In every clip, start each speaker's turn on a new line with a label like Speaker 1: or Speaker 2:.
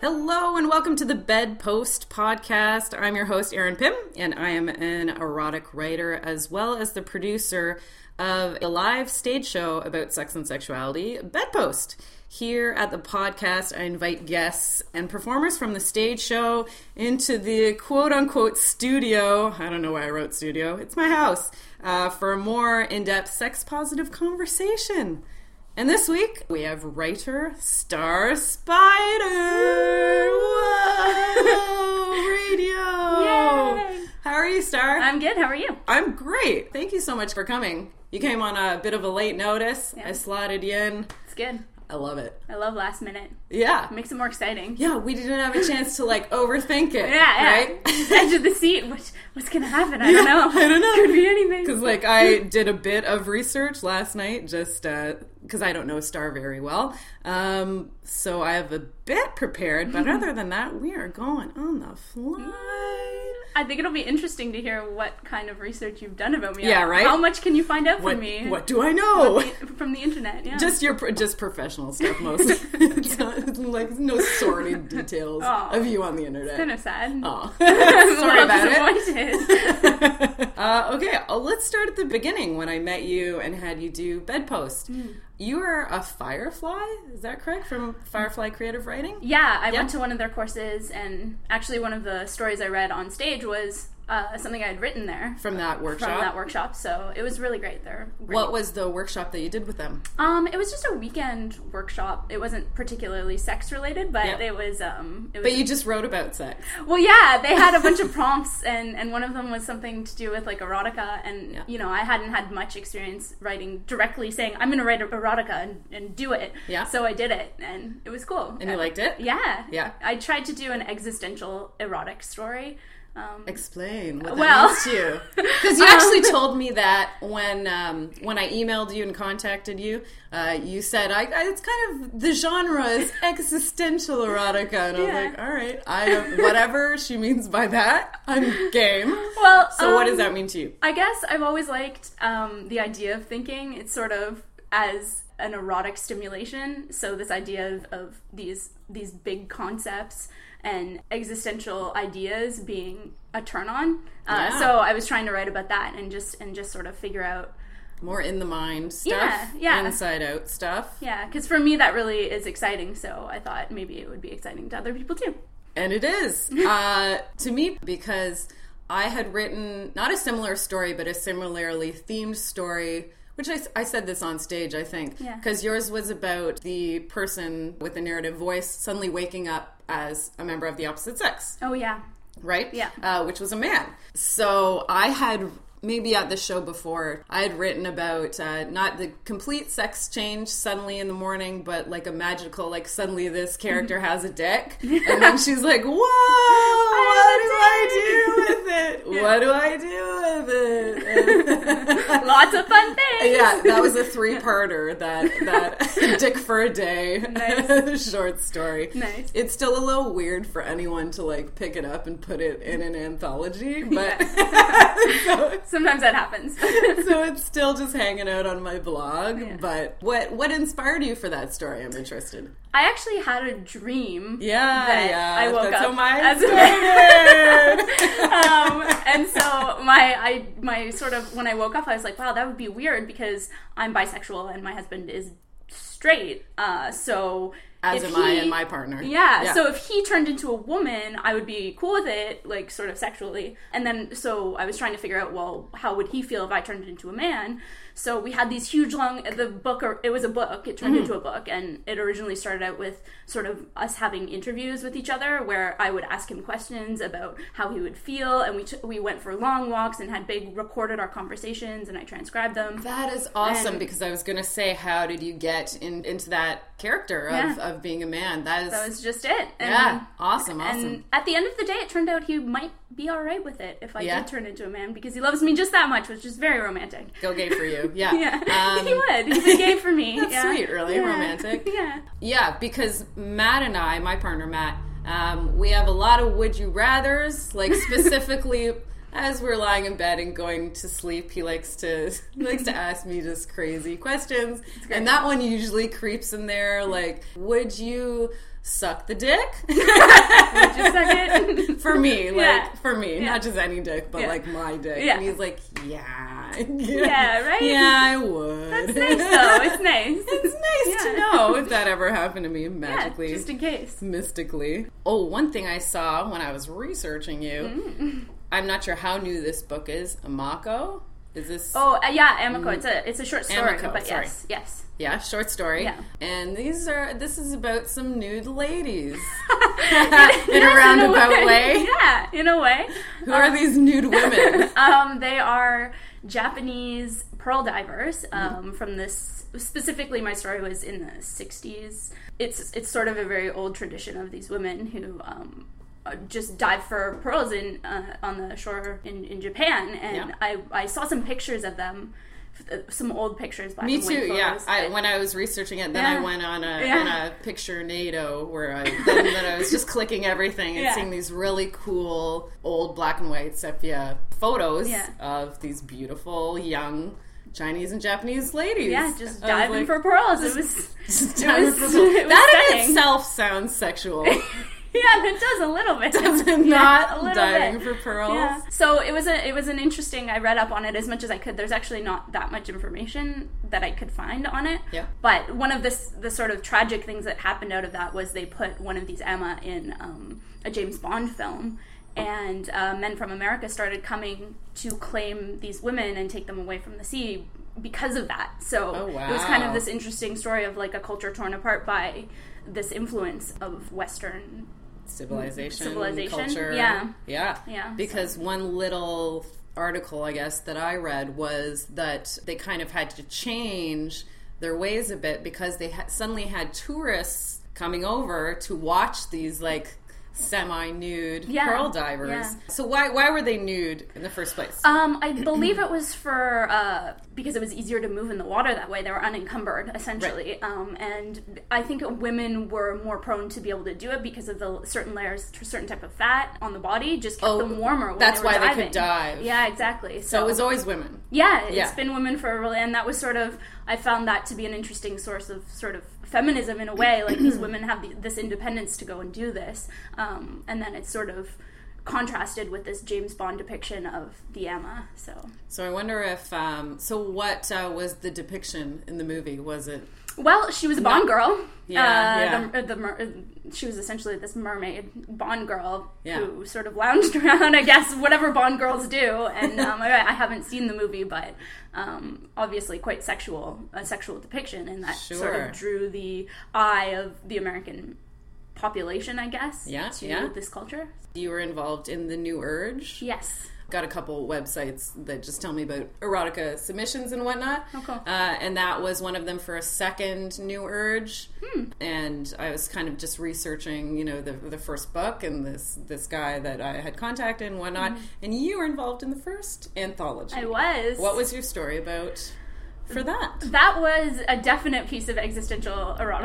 Speaker 1: Hello and welcome to the Bedpost Podcast. I'm your host, Erin Pym, and I am an erotic writer as well as the producer of a live stage show about sex and sexuality, Bedpost. Here at the podcast, I invite guests and performers from the stage show into the quote unquote studio. I don't know why I wrote studio, it's my house, uh, for a more in depth sex positive conversation. And this week we have writer Star Spider. Whoa, radio.
Speaker 2: Yay.
Speaker 1: How are you, Star?
Speaker 2: I'm good. How are you?
Speaker 1: I'm great. Thank you so much for coming. You came on a bit of a late notice. I slotted you in.
Speaker 2: It's good.
Speaker 1: I love it.
Speaker 2: I love last minute.
Speaker 1: Yeah.
Speaker 2: Makes it more exciting.
Speaker 1: Yeah, we didn't have a chance to like overthink it.
Speaker 2: Yeah, yeah. Edge
Speaker 1: Right?
Speaker 2: of the seat. What's, what's gonna happen? I don't know.
Speaker 1: I don't know.
Speaker 2: Could be anything.
Speaker 1: Because like I did a bit of research last night, just because I don't know Star very well, um, so I have a bit prepared. But other than that, we are going on the fly.
Speaker 2: I think it'll be interesting to hear what kind of research you've done about me.
Speaker 1: Yeah, right?
Speaker 2: How much can you find out
Speaker 1: What,
Speaker 2: from me?
Speaker 1: what do I know?
Speaker 2: From the internet. Yeah.
Speaker 1: Just your just professional stuff mostly. it's not, it's like no sordid details
Speaker 2: Aw.
Speaker 1: of you on the internet.
Speaker 2: kind of sad.
Speaker 1: Aw.
Speaker 2: I'm a
Speaker 1: Oh, Sorry
Speaker 2: little
Speaker 1: about it.
Speaker 2: disappointed.
Speaker 1: uh, okay, uh, let's start at the beginning when I met you and had you do bedpost. You are a firefly, is that correct? From Firefly Creative Writing?
Speaker 2: Yeah, I
Speaker 1: Yeah.
Speaker 2: went to one of their courses, and actually, one of the stories I read on stage was uh, something I had written there
Speaker 1: From that workshop.
Speaker 2: from that workshop. So it was really great. They're great.
Speaker 1: What was the workshop that you did with them?
Speaker 2: Um, it was just a weekend workshop. It wasn't particularly sex related, but
Speaker 1: Yep.
Speaker 2: it was. Um, it was
Speaker 1: But you just wrote about sex.
Speaker 2: well, yeah, they had a bunch of prompts, and and one of them was something to do with like erotica, and
Speaker 1: Yeah.
Speaker 2: you know I hadn't had much experience writing directly saying I'm going to write erotica and, and do it.
Speaker 1: Yeah.
Speaker 2: So I did it, and it was cool.
Speaker 1: And you liked it?
Speaker 2: Yeah.
Speaker 1: Yeah.
Speaker 2: I tried to do an existential erotic story. Um,
Speaker 1: Explain what that
Speaker 2: Well. Um,
Speaker 1: means to you. Because you actually told me that when um, when I emailed you and contacted you, uh, you said I, I, it's kind of the genre is existential erotica, and I was
Speaker 2: Yeah.
Speaker 1: like, all right, I don't- whatever she means by that, I'm game.
Speaker 2: well,
Speaker 1: So what does
Speaker 2: um,
Speaker 1: that mean to you?
Speaker 2: I guess I've always liked um, the idea of thinking. It's sort of as an erotic stimulation. So this idea of, of these these big concepts and existential ideas being a turn on. Uh,
Speaker 1: Yeah.
Speaker 2: So I was trying to write about that and just and just sort of figure out.
Speaker 1: More in the mind stuff,
Speaker 2: Yeah, yeah.
Speaker 1: inside out stuff,
Speaker 2: Yeah, because for me that really is exciting. So I thought maybe it would be exciting to other people too.
Speaker 1: and it is uh, to me because I had written not a similar story, but a similarly themed story. Which I, s- I said this on stage, I think,
Speaker 2: Yeah.
Speaker 1: because yours was about the person with the narrative voice suddenly waking up as a member of the opposite sex.
Speaker 2: Oh yeah,
Speaker 1: right?
Speaker 2: Yeah.
Speaker 1: Uh, which was a man. So I had maybe at the show before I had written about uh, not the complete sex change suddenly in the morning, but like a magical like suddenly this character has a dick, and then she's like, "Whoa, what do I do with it? What do I do with it?"
Speaker 2: lots of fun things.
Speaker 1: yeah, that was a three-parter. That that Dick for a Day
Speaker 2: Nice.
Speaker 1: short story.
Speaker 2: Nice.
Speaker 1: It's still a little weird for anyone to like pick it up and put it in an anthology, but
Speaker 2: Sometimes that happens.
Speaker 1: so it's still just hanging out on my blog.
Speaker 2: Yeah.
Speaker 1: But what what inspired you for that story? I'm interested.
Speaker 2: I actually had a dream.
Speaker 1: Yeah,
Speaker 2: that
Speaker 1: yeah.
Speaker 2: I woke
Speaker 1: that's
Speaker 2: up
Speaker 1: how mine
Speaker 2: as a
Speaker 1: started.
Speaker 2: um, and so my I my sort of when I woke up, I was like, wow, that would be weird because I'm bisexual and my husband is straight. Uh, so
Speaker 1: as
Speaker 2: if
Speaker 1: am I
Speaker 2: he-
Speaker 1: and my partner.
Speaker 2: Yeah, So if he turned into a woman, I would be cool with it, like sort of sexually. And then so I was trying to figure out, well, how would he feel if I turned into a man? So we had these huge long the book or it was a book, it turned into a book and it originally started out with sort of us having interviews with each other where I would ask him questions about how he would feel and we t- we went for long walks and had big recorded our conversations and I transcribed them.
Speaker 1: That is awesome
Speaker 2: And-
Speaker 1: because I was going to say, how did you get in, into that character of,
Speaker 2: Yeah.
Speaker 1: of being a man. That is,
Speaker 2: That was just it. And,
Speaker 1: yeah, awesome, awesome.
Speaker 2: Um, And at the end of the day, it turned out he might be all right with it if I
Speaker 1: Yeah.
Speaker 2: did turn into a man because he loves me just that much, which is very romantic.
Speaker 1: Go gay for you. Yeah.
Speaker 2: yeah,
Speaker 1: Um,
Speaker 2: he would. He's a gay for me.
Speaker 1: That's
Speaker 2: yeah.
Speaker 1: sweet, really.
Speaker 2: Yeah.
Speaker 1: Romantic.
Speaker 2: Yeah.
Speaker 1: Yeah, because Matt and I, my partner Matt, um, we have a lot of would you rather's. Like specifically, as we're lying in bed and going to sleep, he likes to he likes to ask me just crazy questions, and that one usually creeps in there. Like, would you suck the dick?
Speaker 2: Just a second.
Speaker 1: for me, like
Speaker 2: Yeah.
Speaker 1: for me,
Speaker 2: Yeah.
Speaker 1: not just any dick, but
Speaker 2: Yeah.
Speaker 1: like my dick.
Speaker 2: Yeah.
Speaker 1: And he's like, yeah,
Speaker 2: Yeah, right?
Speaker 1: Yeah, I would.
Speaker 2: That's nice, though. It's nice.
Speaker 1: It's nice to
Speaker 2: Yeah.
Speaker 1: know if that ever happened to me
Speaker 2: yeah,
Speaker 1: magically.
Speaker 2: just in case.
Speaker 1: Mystically. Oh, one thing I saw when I was researching you,
Speaker 2: Mm.
Speaker 1: I'm not sure how new this book is. Amako? Is this,
Speaker 2: Oh, uh, yeah, Amico. It's a it's a short story,
Speaker 1: Mm. Amico,
Speaker 2: but
Speaker 1: sorry.
Speaker 2: yes, yes.
Speaker 1: yeah, short story.
Speaker 2: Yeah.
Speaker 1: And these are, this is about some nude ladies.
Speaker 2: Yes,
Speaker 1: in a roundabout way.
Speaker 2: Yeah, in a way.
Speaker 1: Who are these nude women?
Speaker 2: um, they are Japanese pearl divers
Speaker 1: Mm-hmm.
Speaker 2: um, from this. Specifically, my story was in the '60s. It's it's sort of a very old tradition of these women who um, uh, just dive for pearls in uh, on the shore in, in Japan. And
Speaker 1: Yeah.
Speaker 2: I, I saw some pictures of them, f- uh, some old pictures. Black
Speaker 1: Me
Speaker 2: and white
Speaker 1: too. Yeah.
Speaker 2: photos,
Speaker 1: I,
Speaker 2: but-
Speaker 1: when I was researching it, then I
Speaker 2: Yeah.
Speaker 1: went on a
Speaker 2: Yeah.
Speaker 1: on a picture NATO where I then, then I was just clicking everything and
Speaker 2: Yeah.
Speaker 1: seeing these really cool old black and white sepia photos
Speaker 2: Yeah.
Speaker 1: of these beautiful young Chinese and Japanese ladies.
Speaker 2: yeah, just
Speaker 1: I was
Speaker 2: diving
Speaker 1: like,
Speaker 2: for pearls. It was
Speaker 1: just
Speaker 2: it
Speaker 1: diving
Speaker 2: was-
Speaker 1: for pearls.
Speaker 2: it was
Speaker 1: that in
Speaker 2: stunning.
Speaker 1: itself sounds sexual.
Speaker 2: yeah, it does a little bit.
Speaker 1: Does it
Speaker 2: Yeah,
Speaker 1: not?
Speaker 2: a little
Speaker 1: Diving
Speaker 2: bit.
Speaker 1: for pearls.
Speaker 2: Yeah. So it was a it was an interesting. I read up on it as much as I could. There's actually not that much information that I could find on it.
Speaker 1: Yeah.
Speaker 2: But one of the s- the sort of tragic things that happened out of that was they put one of these Emma in um, a James Bond film. And uh, men from America started coming to claim these women and take them away from the sea because of that. So
Speaker 1: Oh,
Speaker 2: it was kind
Speaker 1: wow.
Speaker 2: of this interesting story of like a culture torn apart by this influence of Western
Speaker 1: civilization,
Speaker 2: Civilization,
Speaker 1: culture.
Speaker 2: yeah.
Speaker 1: yeah,
Speaker 2: Yeah, so-
Speaker 1: Because one little article, I guess, that I read was that they kind of had to change their ways a bit because they ha- suddenly had tourists coming over to watch these like semi-nude
Speaker 2: Yeah,
Speaker 1: pearl divers.
Speaker 2: yeah.
Speaker 1: So why why were they nude in the first place?
Speaker 2: Um, I believe it was for uh, because it was easier to move in the water that way. They were unencumbered, essentially. Um, and I think women were more prone to be able to do it because of the certain layers, certain type of fat on the body, just kept
Speaker 1: Oh,
Speaker 2: them warmer. When
Speaker 1: that's
Speaker 2: they were
Speaker 1: why they
Speaker 2: diving.
Speaker 1: could dive.
Speaker 2: Yeah, exactly. So,
Speaker 1: so it was always women.
Speaker 2: yeah, it's
Speaker 1: yeah.
Speaker 2: been women for a really, and that was sort of I found that to be an interesting source of sort of feminism in a way. Like these women have the, this independence to go and do this, um, and then it's sort of contrasted with this James Bond depiction of the Emma. So.
Speaker 1: So I wonder if um, so what uh, was the depiction in the movie? Was it
Speaker 2: Well, she was a Bond girl.
Speaker 1: Yeah, yeah.
Speaker 2: uh, The, the mer- she was essentially this mermaid Bond girl
Speaker 1: Yeah.
Speaker 2: who sort of lounged around, I guess, whatever Bond girls do. And um, I, I haven't seen the movie, but um, obviously quite sexual, a sexual depiction, and that sort
Speaker 1: Sure.
Speaker 2: of drew the eye of the American population, I guess,
Speaker 1: Yeah,
Speaker 2: to
Speaker 1: yeah.
Speaker 2: this culture.
Speaker 1: you were involved in the New Urge?
Speaker 2: Yes.
Speaker 1: got a couple websites that just tell me about erotica submissions and whatnot.
Speaker 2: Oh, cool.
Speaker 1: Uh, and that was one of them for a second New Urge.
Speaker 2: Hmm.
Speaker 1: And I was kind of just researching, you know, the the first book and this this guy that I had contacted and whatnot. And you were involved in the first anthology.
Speaker 2: Mm-hmm. I Mm-hmm. was.
Speaker 1: What was your story about for that?
Speaker 2: That was a definite piece of existential erotica.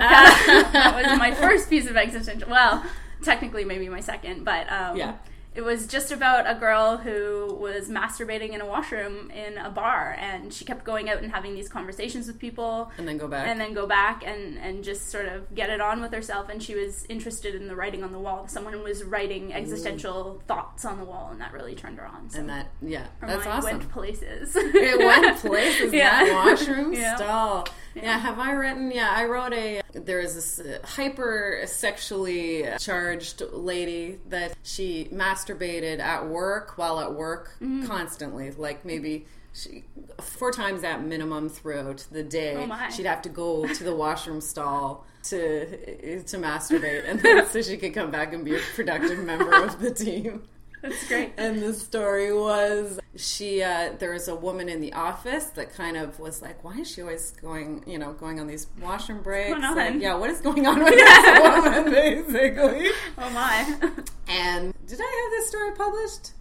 Speaker 2: that was my first piece of existential. Well, technically, maybe my second, but um,
Speaker 1: Yeah.
Speaker 2: it was just about a girl who was masturbating in a washroom in a bar, and she kept going out and having these conversations with people,
Speaker 1: And then go back.
Speaker 2: and then go back and and just sort of get it on with herself. And she was interested in the writing on the wall. Someone was writing existential thoughts on the wall, and that really turned her on. So
Speaker 1: and that yeah,
Speaker 2: her
Speaker 1: that's
Speaker 2: mind
Speaker 1: awesome.
Speaker 2: went places.
Speaker 1: it went places. That washroom
Speaker 2: Yeah.
Speaker 1: stall. Yeah. have I written? Yeah, I wrote a. There is this uh, hyper sexually charged lady that she masturbated at work while at work
Speaker 2: Mm-hmm.
Speaker 1: constantly. Like maybe. She, four times at minimum throughout the day,
Speaker 2: Oh my.
Speaker 1: she'd have to go to the washroom stall to to masturbate, and then so she could come back and be a productive member of the team.
Speaker 2: That's great.
Speaker 1: and the story was she uh, there was a woman in the office that kind of was like why is she always going you know going on these washroom breaks
Speaker 2: going on?
Speaker 1: Like, yeah what is going on with this woman basically
Speaker 2: Oh my.
Speaker 1: and did i have this story published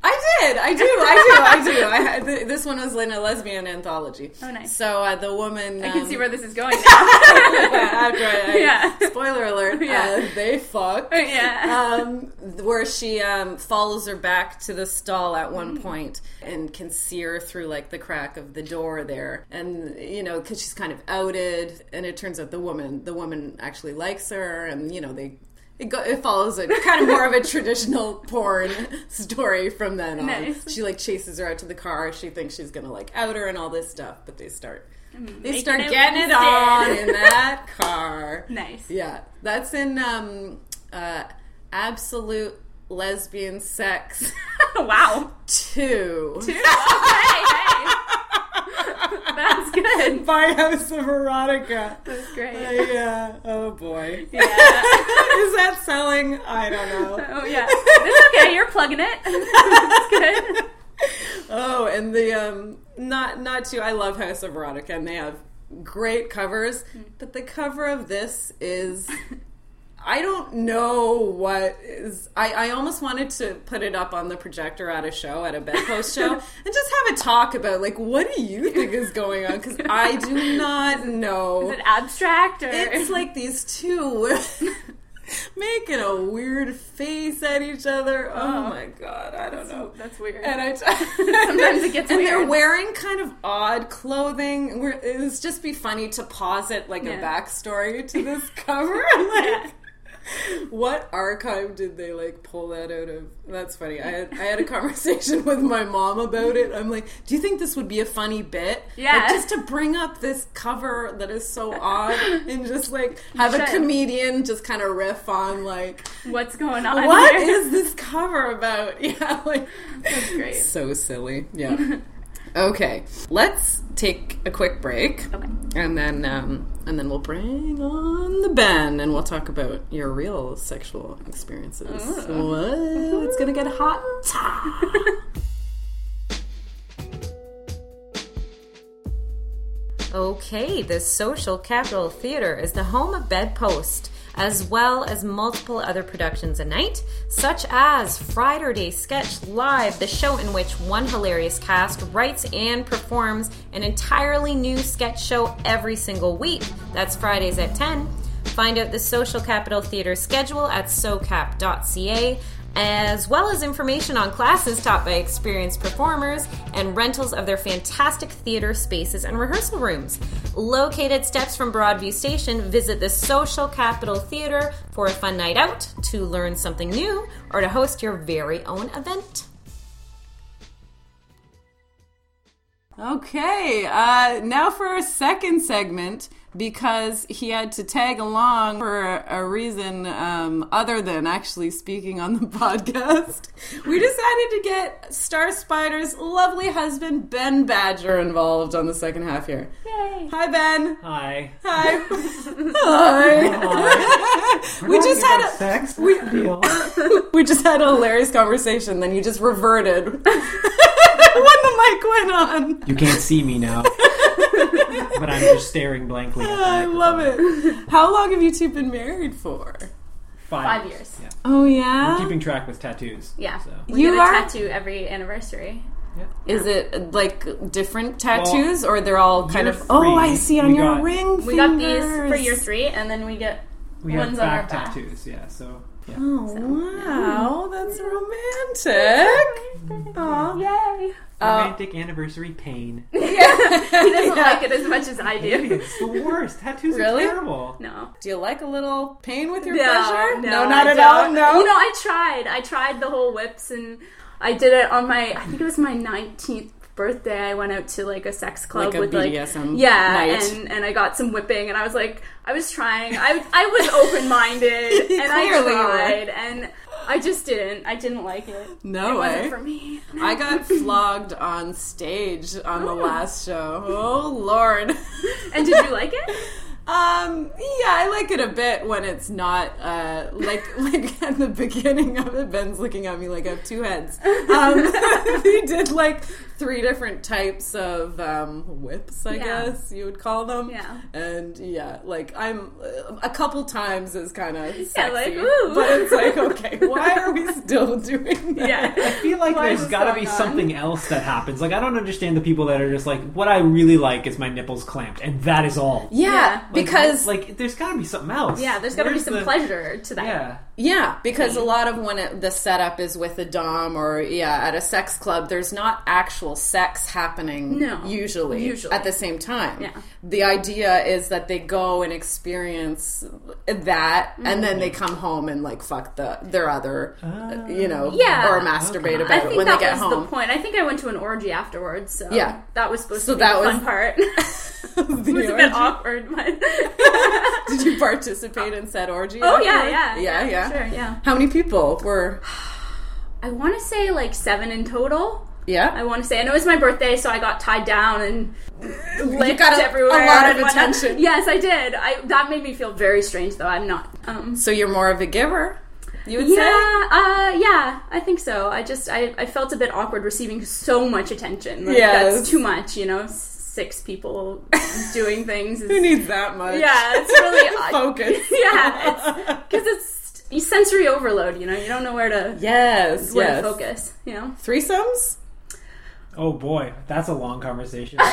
Speaker 1: I did. I do. I do. I do. I had, th- this one was in a lesbian anthology.
Speaker 2: Oh, nice.
Speaker 1: So uh, the woman.
Speaker 2: I can
Speaker 1: um,
Speaker 2: see where this is going now.
Speaker 1: after I,
Speaker 2: Yeah.
Speaker 1: spoiler alert
Speaker 2: Yeah.
Speaker 1: uh, they fuck
Speaker 2: Yeah.
Speaker 1: um, where she um, follows her back to the stall at one
Speaker 2: Mm-hmm.
Speaker 1: point and can see her through like the crack of the door there and you know because she's kind of outed and it turns out the woman the woman actually likes her and you know they it, go, it follows a kind of more of a traditional porn story from then on.
Speaker 2: Nice.
Speaker 1: She like chases her out to the car. She thinks she's gonna like out her and all this stuff, but they start they
Speaker 2: Mm, Making
Speaker 1: start
Speaker 2: it
Speaker 1: getting it
Speaker 2: instead.
Speaker 1: on in that car.
Speaker 2: nice.
Speaker 1: Yeah, that's in um, uh, Absolute Lesbian Sex
Speaker 2: wow.
Speaker 1: 2.
Speaker 2: Dude, okay, hey. That's good.
Speaker 1: By House of Erotica.
Speaker 2: That's great.
Speaker 1: Yeah, oh boy. Is
Speaker 2: Yeah.
Speaker 1: that selling? I don't know.
Speaker 2: Oh yeah. It's okay. You're plugging it. That's good.
Speaker 1: Oh, and the, um, not, not too, I love House of Erotica, and they have great covers,
Speaker 2: Mm.
Speaker 1: but the cover of this is. I don't know what is. I, I almost wanted to put it up on the projector at a show, at a bedpost show, and just have a talk about, like, what do you think is going on? Because I do not know.
Speaker 2: Is it abstract or?
Speaker 1: It's like these two making a weird face at each other. Oh, my God. I don't know.
Speaker 2: That's weird.
Speaker 1: And I t-
Speaker 2: Sometimes it gets
Speaker 1: and they're
Speaker 2: weird.
Speaker 1: wearing kind of odd clothing. Where it was just be funny to pause it like a
Speaker 2: Yeah.
Speaker 1: backstory to this cover. like, what archive did they like pull that out of? That's funny. I had, I had a conversation with my mom about it. I'm like, do you think this would be a funny bit?
Speaker 2: Yeah.
Speaker 1: Like, just to bring up this cover that is so odd and just like have a
Speaker 2: should.
Speaker 1: comedian just kind of riff on like,
Speaker 2: What's going on?
Speaker 1: what
Speaker 2: here?
Speaker 1: is this cover about? Yeah, like
Speaker 2: That's great.
Speaker 1: so silly. Yeah. okay. Let's take a quick break.
Speaker 2: Okay.
Speaker 1: And then um, and then we'll bring on the Ben and we'll talk about your real sexual experiences. Whoa, it's gonna get hot.
Speaker 3: Okay, the Social Capital Theater is the home of Bedpost, as well as multiple other productions a night, such as Friday Sketch Live, the show in which one hilarious cast writes and performs an entirely new sketch show every single week. That's Fridays at 10. Find out the Social Capital Theater schedule at socap.ca, as well as information on classes taught by experienced performers and rentals of their fantastic theater spaces and rehearsal rooms. Located steps from Broadview Station, visit the Social Capital Theater for a fun night out, to learn something new, or to host your very own event.
Speaker 1: Okay, uh, now for our second segment because he had to tag along for a, a reason um, other than actually speaking on the podcast. We decided to get Star Spider's lovely husband, Ben Badger, involved on the second half here.
Speaker 2: Yay.
Speaker 1: Hi, Ben.
Speaker 4: Hi.
Speaker 1: Hi. Hi. we just had a.
Speaker 4: sex. We, deal.
Speaker 1: We just had a hilarious conversation, then you just reverted when the mic went on.
Speaker 4: you can't see me now, but I'm just staring blankly. At the
Speaker 1: I love
Speaker 4: microphone.
Speaker 1: it. How long have you two been married for?
Speaker 2: Five years.
Speaker 4: Yeah.
Speaker 1: Oh
Speaker 4: I'm
Speaker 1: yeah.
Speaker 4: keeping track with tattoos.
Speaker 2: Yeah.
Speaker 4: So.
Speaker 2: We
Speaker 1: You
Speaker 2: get a
Speaker 1: are-
Speaker 2: tattoo every anniversary.
Speaker 1: Is it like different tattoos, or they're all kind
Speaker 4: year
Speaker 1: of? oh, I
Speaker 4: three,
Speaker 1: see
Speaker 4: we
Speaker 1: on your
Speaker 4: got-
Speaker 1: ring.
Speaker 2: We got these for year three, and then we get
Speaker 4: We
Speaker 2: ones
Speaker 4: have back
Speaker 2: on our back.
Speaker 4: tattoos. Yeah. So. Yeah.
Speaker 1: Oh wow, that's romantic. Aw.
Speaker 2: Yay!
Speaker 4: Romantic anniversary pain.
Speaker 2: He doesn't like it as much as I do.
Speaker 4: It's the worst. Tattoos
Speaker 1: Really?
Speaker 4: are terrible.
Speaker 2: No.
Speaker 1: Do you like a little pain with your
Speaker 2: No,
Speaker 1: pleasure?
Speaker 2: no,
Speaker 1: not
Speaker 2: I
Speaker 1: at all.
Speaker 2: don't.
Speaker 1: No.
Speaker 2: You know, I tried. I tried the whole whips, and I did it on my. I think it was my nineteenth birthday. I went out to like a sex club
Speaker 1: Like a
Speaker 2: with
Speaker 1: BDSM
Speaker 2: like yeah,
Speaker 1: night.
Speaker 2: and and I got some whipping, and I was like, I was trying. I I was open minded, and I
Speaker 1: Clearly you were.
Speaker 2: tried, and I just didn't. I didn't like it.
Speaker 1: No
Speaker 2: it
Speaker 1: way.
Speaker 2: wasn't for me.
Speaker 1: I got flogged on stage on the last show. Oh lord.
Speaker 2: And did you like it?
Speaker 1: Um, yeah, I like it a bit when it's not uh, like like at the beginning of it. Ben's looking at me like I have two heads. Um, they did like three different types of um, whips, I
Speaker 2: Yeah.
Speaker 1: guess you would call them.
Speaker 2: Yeah.
Speaker 1: and yeah, like I'm uh, a couple times is kind of sexy,
Speaker 2: like, ooh.
Speaker 1: but it's like okay, why are we still doing that?
Speaker 2: Yeah.
Speaker 4: I feel like
Speaker 2: Why is
Speaker 4: there's
Speaker 2: this
Speaker 4: got to
Speaker 2: going
Speaker 4: be
Speaker 2: on?
Speaker 4: something else that happens. Like I don't understand the people that are just like, what I really like is my nipples clamped, and that is all.
Speaker 1: Yeah,
Speaker 2: Yeah.
Speaker 4: Like,
Speaker 1: because
Speaker 4: like there's got to be something else.
Speaker 3: Yeah, there's got to be
Speaker 4: Where's
Speaker 3: some
Speaker 4: the-
Speaker 3: pleasure to that.
Speaker 4: Yeah,
Speaker 1: Yeah, because
Speaker 2: Mm-hmm.
Speaker 1: a lot of when it, the setup is with a dom or yeah at a sex club, there's not actual sex happening.
Speaker 2: No.
Speaker 1: usually,
Speaker 2: Usually.
Speaker 1: at the same time.
Speaker 2: Yeah.
Speaker 1: The idea is that they go and experience that, and then
Speaker 2: Mm-hmm.
Speaker 1: they come home and like fuck the their other, you know,
Speaker 2: Oh. Yeah.
Speaker 1: or masturbate
Speaker 4: Okay.
Speaker 2: I
Speaker 1: about it
Speaker 2: think
Speaker 1: when they
Speaker 2: that
Speaker 1: get
Speaker 2: was
Speaker 1: home.
Speaker 2: the point. I think I went to an orgy afterwards, so
Speaker 1: Yeah.
Speaker 2: that was supposed
Speaker 1: So
Speaker 2: to be
Speaker 1: that
Speaker 2: the
Speaker 1: was-
Speaker 2: fun part.
Speaker 1: The
Speaker 2: it was a
Speaker 1: orgy.
Speaker 2: bit awkward, but
Speaker 1: Did you participate in said orgy?
Speaker 2: oh yeah,
Speaker 1: afterwards?
Speaker 2: yeah,
Speaker 1: yeah, yeah.
Speaker 2: sure, yeah.
Speaker 1: How many people were?
Speaker 2: I want to say like seven in total. I
Speaker 1: Yeah,
Speaker 2: want to say, and it was my birthday, so I got tied down and licked
Speaker 1: got a- a
Speaker 2: everywhere.
Speaker 1: lot of
Speaker 2: and whatnot.
Speaker 1: attention.
Speaker 2: Yes, I did. I, that made me feel very strange, though. I'm not. Um,
Speaker 1: so you're more of a giver. You would
Speaker 2: yeah,
Speaker 1: say.
Speaker 2: uh, yeah, I think so. I just I, I felt a bit awkward receiving so much attention. Like,
Speaker 1: Yes.
Speaker 2: that's too much. You know, six people doing things. Is,
Speaker 1: Who needs that much?
Speaker 2: yeah, it's really odd.
Speaker 1: focus.
Speaker 2: yeah, because it's, it's sensory overload. You know, you don't know where to
Speaker 1: Yes,
Speaker 2: where
Speaker 1: yes.
Speaker 2: to focus. You know,
Speaker 1: Threesomes?
Speaker 4: Oh boy, that's a long conversation.
Speaker 1: Is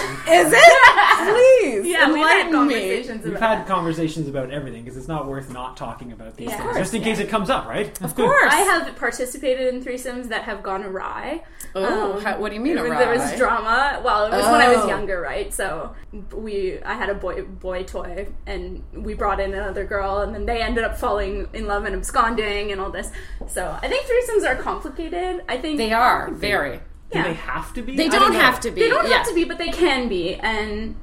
Speaker 1: it? Please
Speaker 2: yeah, we had
Speaker 1: enlighten me.
Speaker 2: conversations
Speaker 4: We've
Speaker 2: about.
Speaker 4: had conversations about everything because it's not worth not talking about these
Speaker 2: Yeah. Of
Speaker 4: things, just in case it comes up, right? Of
Speaker 1: Of course.
Speaker 2: I have participated in threesomes that have gone awry.
Speaker 1: Oh,
Speaker 2: Um,
Speaker 1: how, what do you mean?
Speaker 2: there
Speaker 1: awry?
Speaker 2: was- There was drama. Well, it was when I was
Speaker 1: Oh.
Speaker 2: younger, right? So we, I had a boy boy toy, and we brought in another girl, and then they ended up falling in love and absconding and all this. So I think threesomes are complicated. I think
Speaker 1: They are very.
Speaker 4: Do
Speaker 2: Yeah.
Speaker 4: they have to be?
Speaker 1: They don't, have to be.
Speaker 2: They don't
Speaker 1: yeah.
Speaker 2: have to be, but they can be, and.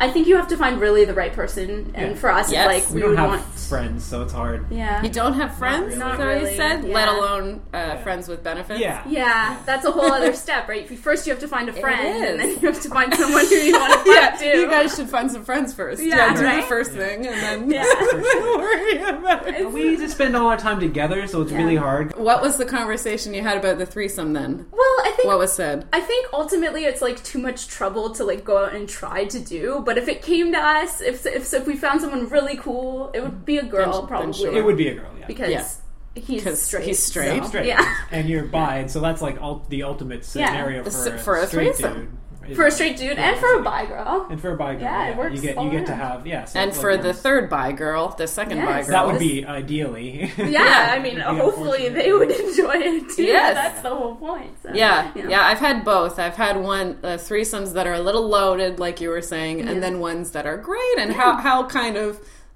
Speaker 2: I think you have to find really the right person, and
Speaker 4: Yeah.
Speaker 2: for us,
Speaker 1: Yes.
Speaker 2: it's like
Speaker 4: We
Speaker 2: we,
Speaker 4: don't
Speaker 2: would
Speaker 4: have
Speaker 2: want,
Speaker 4: friends, so it's hard.
Speaker 2: yeah,
Speaker 1: You don't have friends,
Speaker 2: Not
Speaker 1: is that what you
Speaker 2: really,
Speaker 1: said? Let
Speaker 2: yeah.
Speaker 1: alone uh, friends with benefits?
Speaker 4: Yeah.
Speaker 2: Yeah, that's a whole other step, right? First, you have to find a friend,
Speaker 1: is.
Speaker 2: and then you have to find someone who you want to
Speaker 1: Yeah,
Speaker 2: fuck too.
Speaker 1: you guys should find some friends first.
Speaker 2: Yeah,
Speaker 1: do the
Speaker 2: right?
Speaker 1: first thing and then,
Speaker 2: Yeah.
Speaker 1: then worry about it.
Speaker 4: But we just spend all our time together, so it's really hard.
Speaker 1: What was the conversation you had about the threesome then?
Speaker 2: well, I think
Speaker 1: What was said?
Speaker 2: I think ultimately it's like too much trouble to like go out and try to do. But if it came to us, if if, if we found someone really cool, it would be a girl
Speaker 1: Then- then
Speaker 2: probably
Speaker 1: sure.
Speaker 4: It would be a girl, yeah.
Speaker 2: because he's
Speaker 1: 'Cause
Speaker 2: straight.
Speaker 1: he's straight.
Speaker 2: so-
Speaker 4: straight,
Speaker 2: yeah.
Speaker 4: and you're bi, and so that's like all, the ultimate
Speaker 2: Yeah.
Speaker 4: scenario
Speaker 1: S-
Speaker 4: for, a
Speaker 1: for a
Speaker 4: straight
Speaker 1: threesome.
Speaker 4: dude.
Speaker 2: For a straight dude
Speaker 4: Yeah,
Speaker 2: and for a
Speaker 4: it's
Speaker 2: bi girl.
Speaker 4: and for a bi girl,
Speaker 2: Yeah, it works
Speaker 4: you get
Speaker 2: all
Speaker 4: you get to
Speaker 2: around.
Speaker 4: have yeah. So
Speaker 1: And
Speaker 4: it's
Speaker 1: for
Speaker 4: like
Speaker 1: the
Speaker 4: nice.
Speaker 1: third bi girl, the second
Speaker 2: Yes.
Speaker 1: bi girl.
Speaker 4: that would be ideally.
Speaker 2: Yeah, I mean,
Speaker 4: It'd be
Speaker 2: hopefully
Speaker 4: unfortunate.
Speaker 2: they would enjoy it too.
Speaker 1: Yes.
Speaker 2: That's the whole point. so,
Speaker 1: Yeah, yeah, I've had both. I've had one uh, threesomes that are a little loaded, like you were saying, and then ones that are great. And how how kind of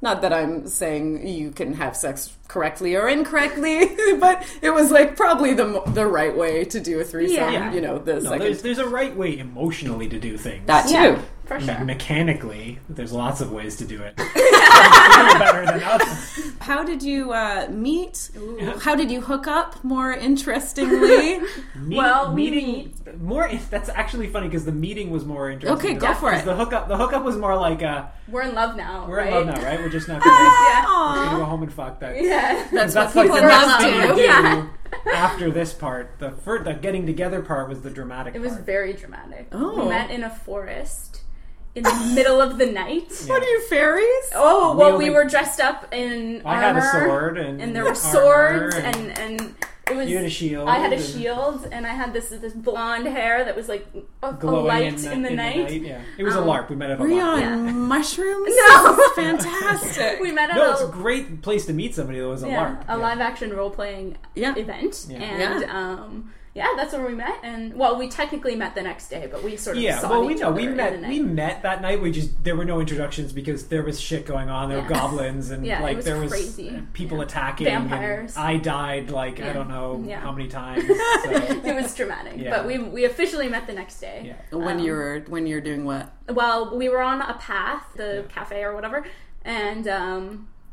Speaker 1: not that I'm saying you can have sex correctly or incorrectly, but it was like probably the mo- the right way to do a threesome.
Speaker 2: Yeah.
Speaker 1: You know, the
Speaker 4: No,
Speaker 1: second
Speaker 4: there's there's a right way emotionally to do things.
Speaker 1: that too.
Speaker 2: Yeah, for
Speaker 4: Me-
Speaker 2: sure.
Speaker 4: mechanically, there's lots of ways to do it. You're better than us.
Speaker 1: How did you uh, meet? How did you hook up? More interestingly,
Speaker 4: Meet-
Speaker 2: Well, we
Speaker 4: meeting more. That's actually funny because the meeting was more interesting.
Speaker 1: okay,
Speaker 4: than-
Speaker 1: go for
Speaker 4: 'cause
Speaker 1: it.
Speaker 4: The hookup, the hookup was more like uh,
Speaker 2: We're in love now.
Speaker 4: we're
Speaker 2: right?
Speaker 4: in love now, right? We're just not gonna,
Speaker 2: Yeah.
Speaker 4: we're gonna go home and fuck that.
Speaker 2: Yeah.
Speaker 1: That's,
Speaker 4: That's
Speaker 1: what
Speaker 4: like
Speaker 1: people
Speaker 4: the
Speaker 2: were
Speaker 1: love
Speaker 4: next
Speaker 2: allowed
Speaker 1: to.
Speaker 4: thing
Speaker 2: to
Speaker 4: you
Speaker 2: do.
Speaker 4: do
Speaker 2: Yeah.
Speaker 4: after this part. The first, the getting together part was the dramatic.
Speaker 2: It was
Speaker 4: part.
Speaker 2: very dramatic.
Speaker 1: Oh.
Speaker 2: We met in a forest in the middle of the night.
Speaker 1: What are you fairies?
Speaker 2: Oh, well, we
Speaker 4: Wielding-
Speaker 2: were dressed up in
Speaker 4: I
Speaker 2: armor.
Speaker 4: had a sword, and,
Speaker 2: And there were
Speaker 4: armor
Speaker 2: swords, and, and it was.
Speaker 4: you had a shield.
Speaker 2: I had a
Speaker 4: and
Speaker 2: shield, and I had this this blonde hair that was like a, a
Speaker 4: glowing
Speaker 2: light
Speaker 4: in
Speaker 2: in
Speaker 4: the,
Speaker 2: the, night. Um,
Speaker 4: Yeah, it was a LARP. We met at a
Speaker 1: Were you
Speaker 4: LARP.
Speaker 1: on
Speaker 2: Yeah.
Speaker 1: mushrooms?
Speaker 2: No.
Speaker 1: This is fantastic.
Speaker 2: We met at
Speaker 4: No, it's a
Speaker 2: a,
Speaker 4: great place to meet somebody that was a
Speaker 2: yeah,
Speaker 4: LARP.
Speaker 2: a live action role playing
Speaker 1: Yeah.
Speaker 2: event,
Speaker 4: Yeah.
Speaker 2: and
Speaker 1: Yeah.
Speaker 2: um, yeah, that's where we met. And well, we technically met the next day, but we sort of
Speaker 4: Yeah,
Speaker 2: saw
Speaker 4: well, we
Speaker 2: each
Speaker 4: know we
Speaker 2: other in the
Speaker 4: met
Speaker 2: night.
Speaker 4: we met that night. We just there were no introductions because there was shit going on. There were
Speaker 2: Yeah.
Speaker 4: goblins and
Speaker 2: Yeah, it
Speaker 4: like
Speaker 2: was
Speaker 4: there was
Speaker 2: crazy.
Speaker 4: uh, people
Speaker 2: Yeah.
Speaker 4: attacking
Speaker 2: Vampires.
Speaker 4: And I died like I don't know
Speaker 2: Yeah.
Speaker 4: how many times. So,
Speaker 2: it was dramatic,
Speaker 4: Yeah.
Speaker 2: but we we officially met the next day.
Speaker 4: yeah.
Speaker 1: when you're when you're doing what?
Speaker 2: Well, we were on a path, the cafe or whatever, and um,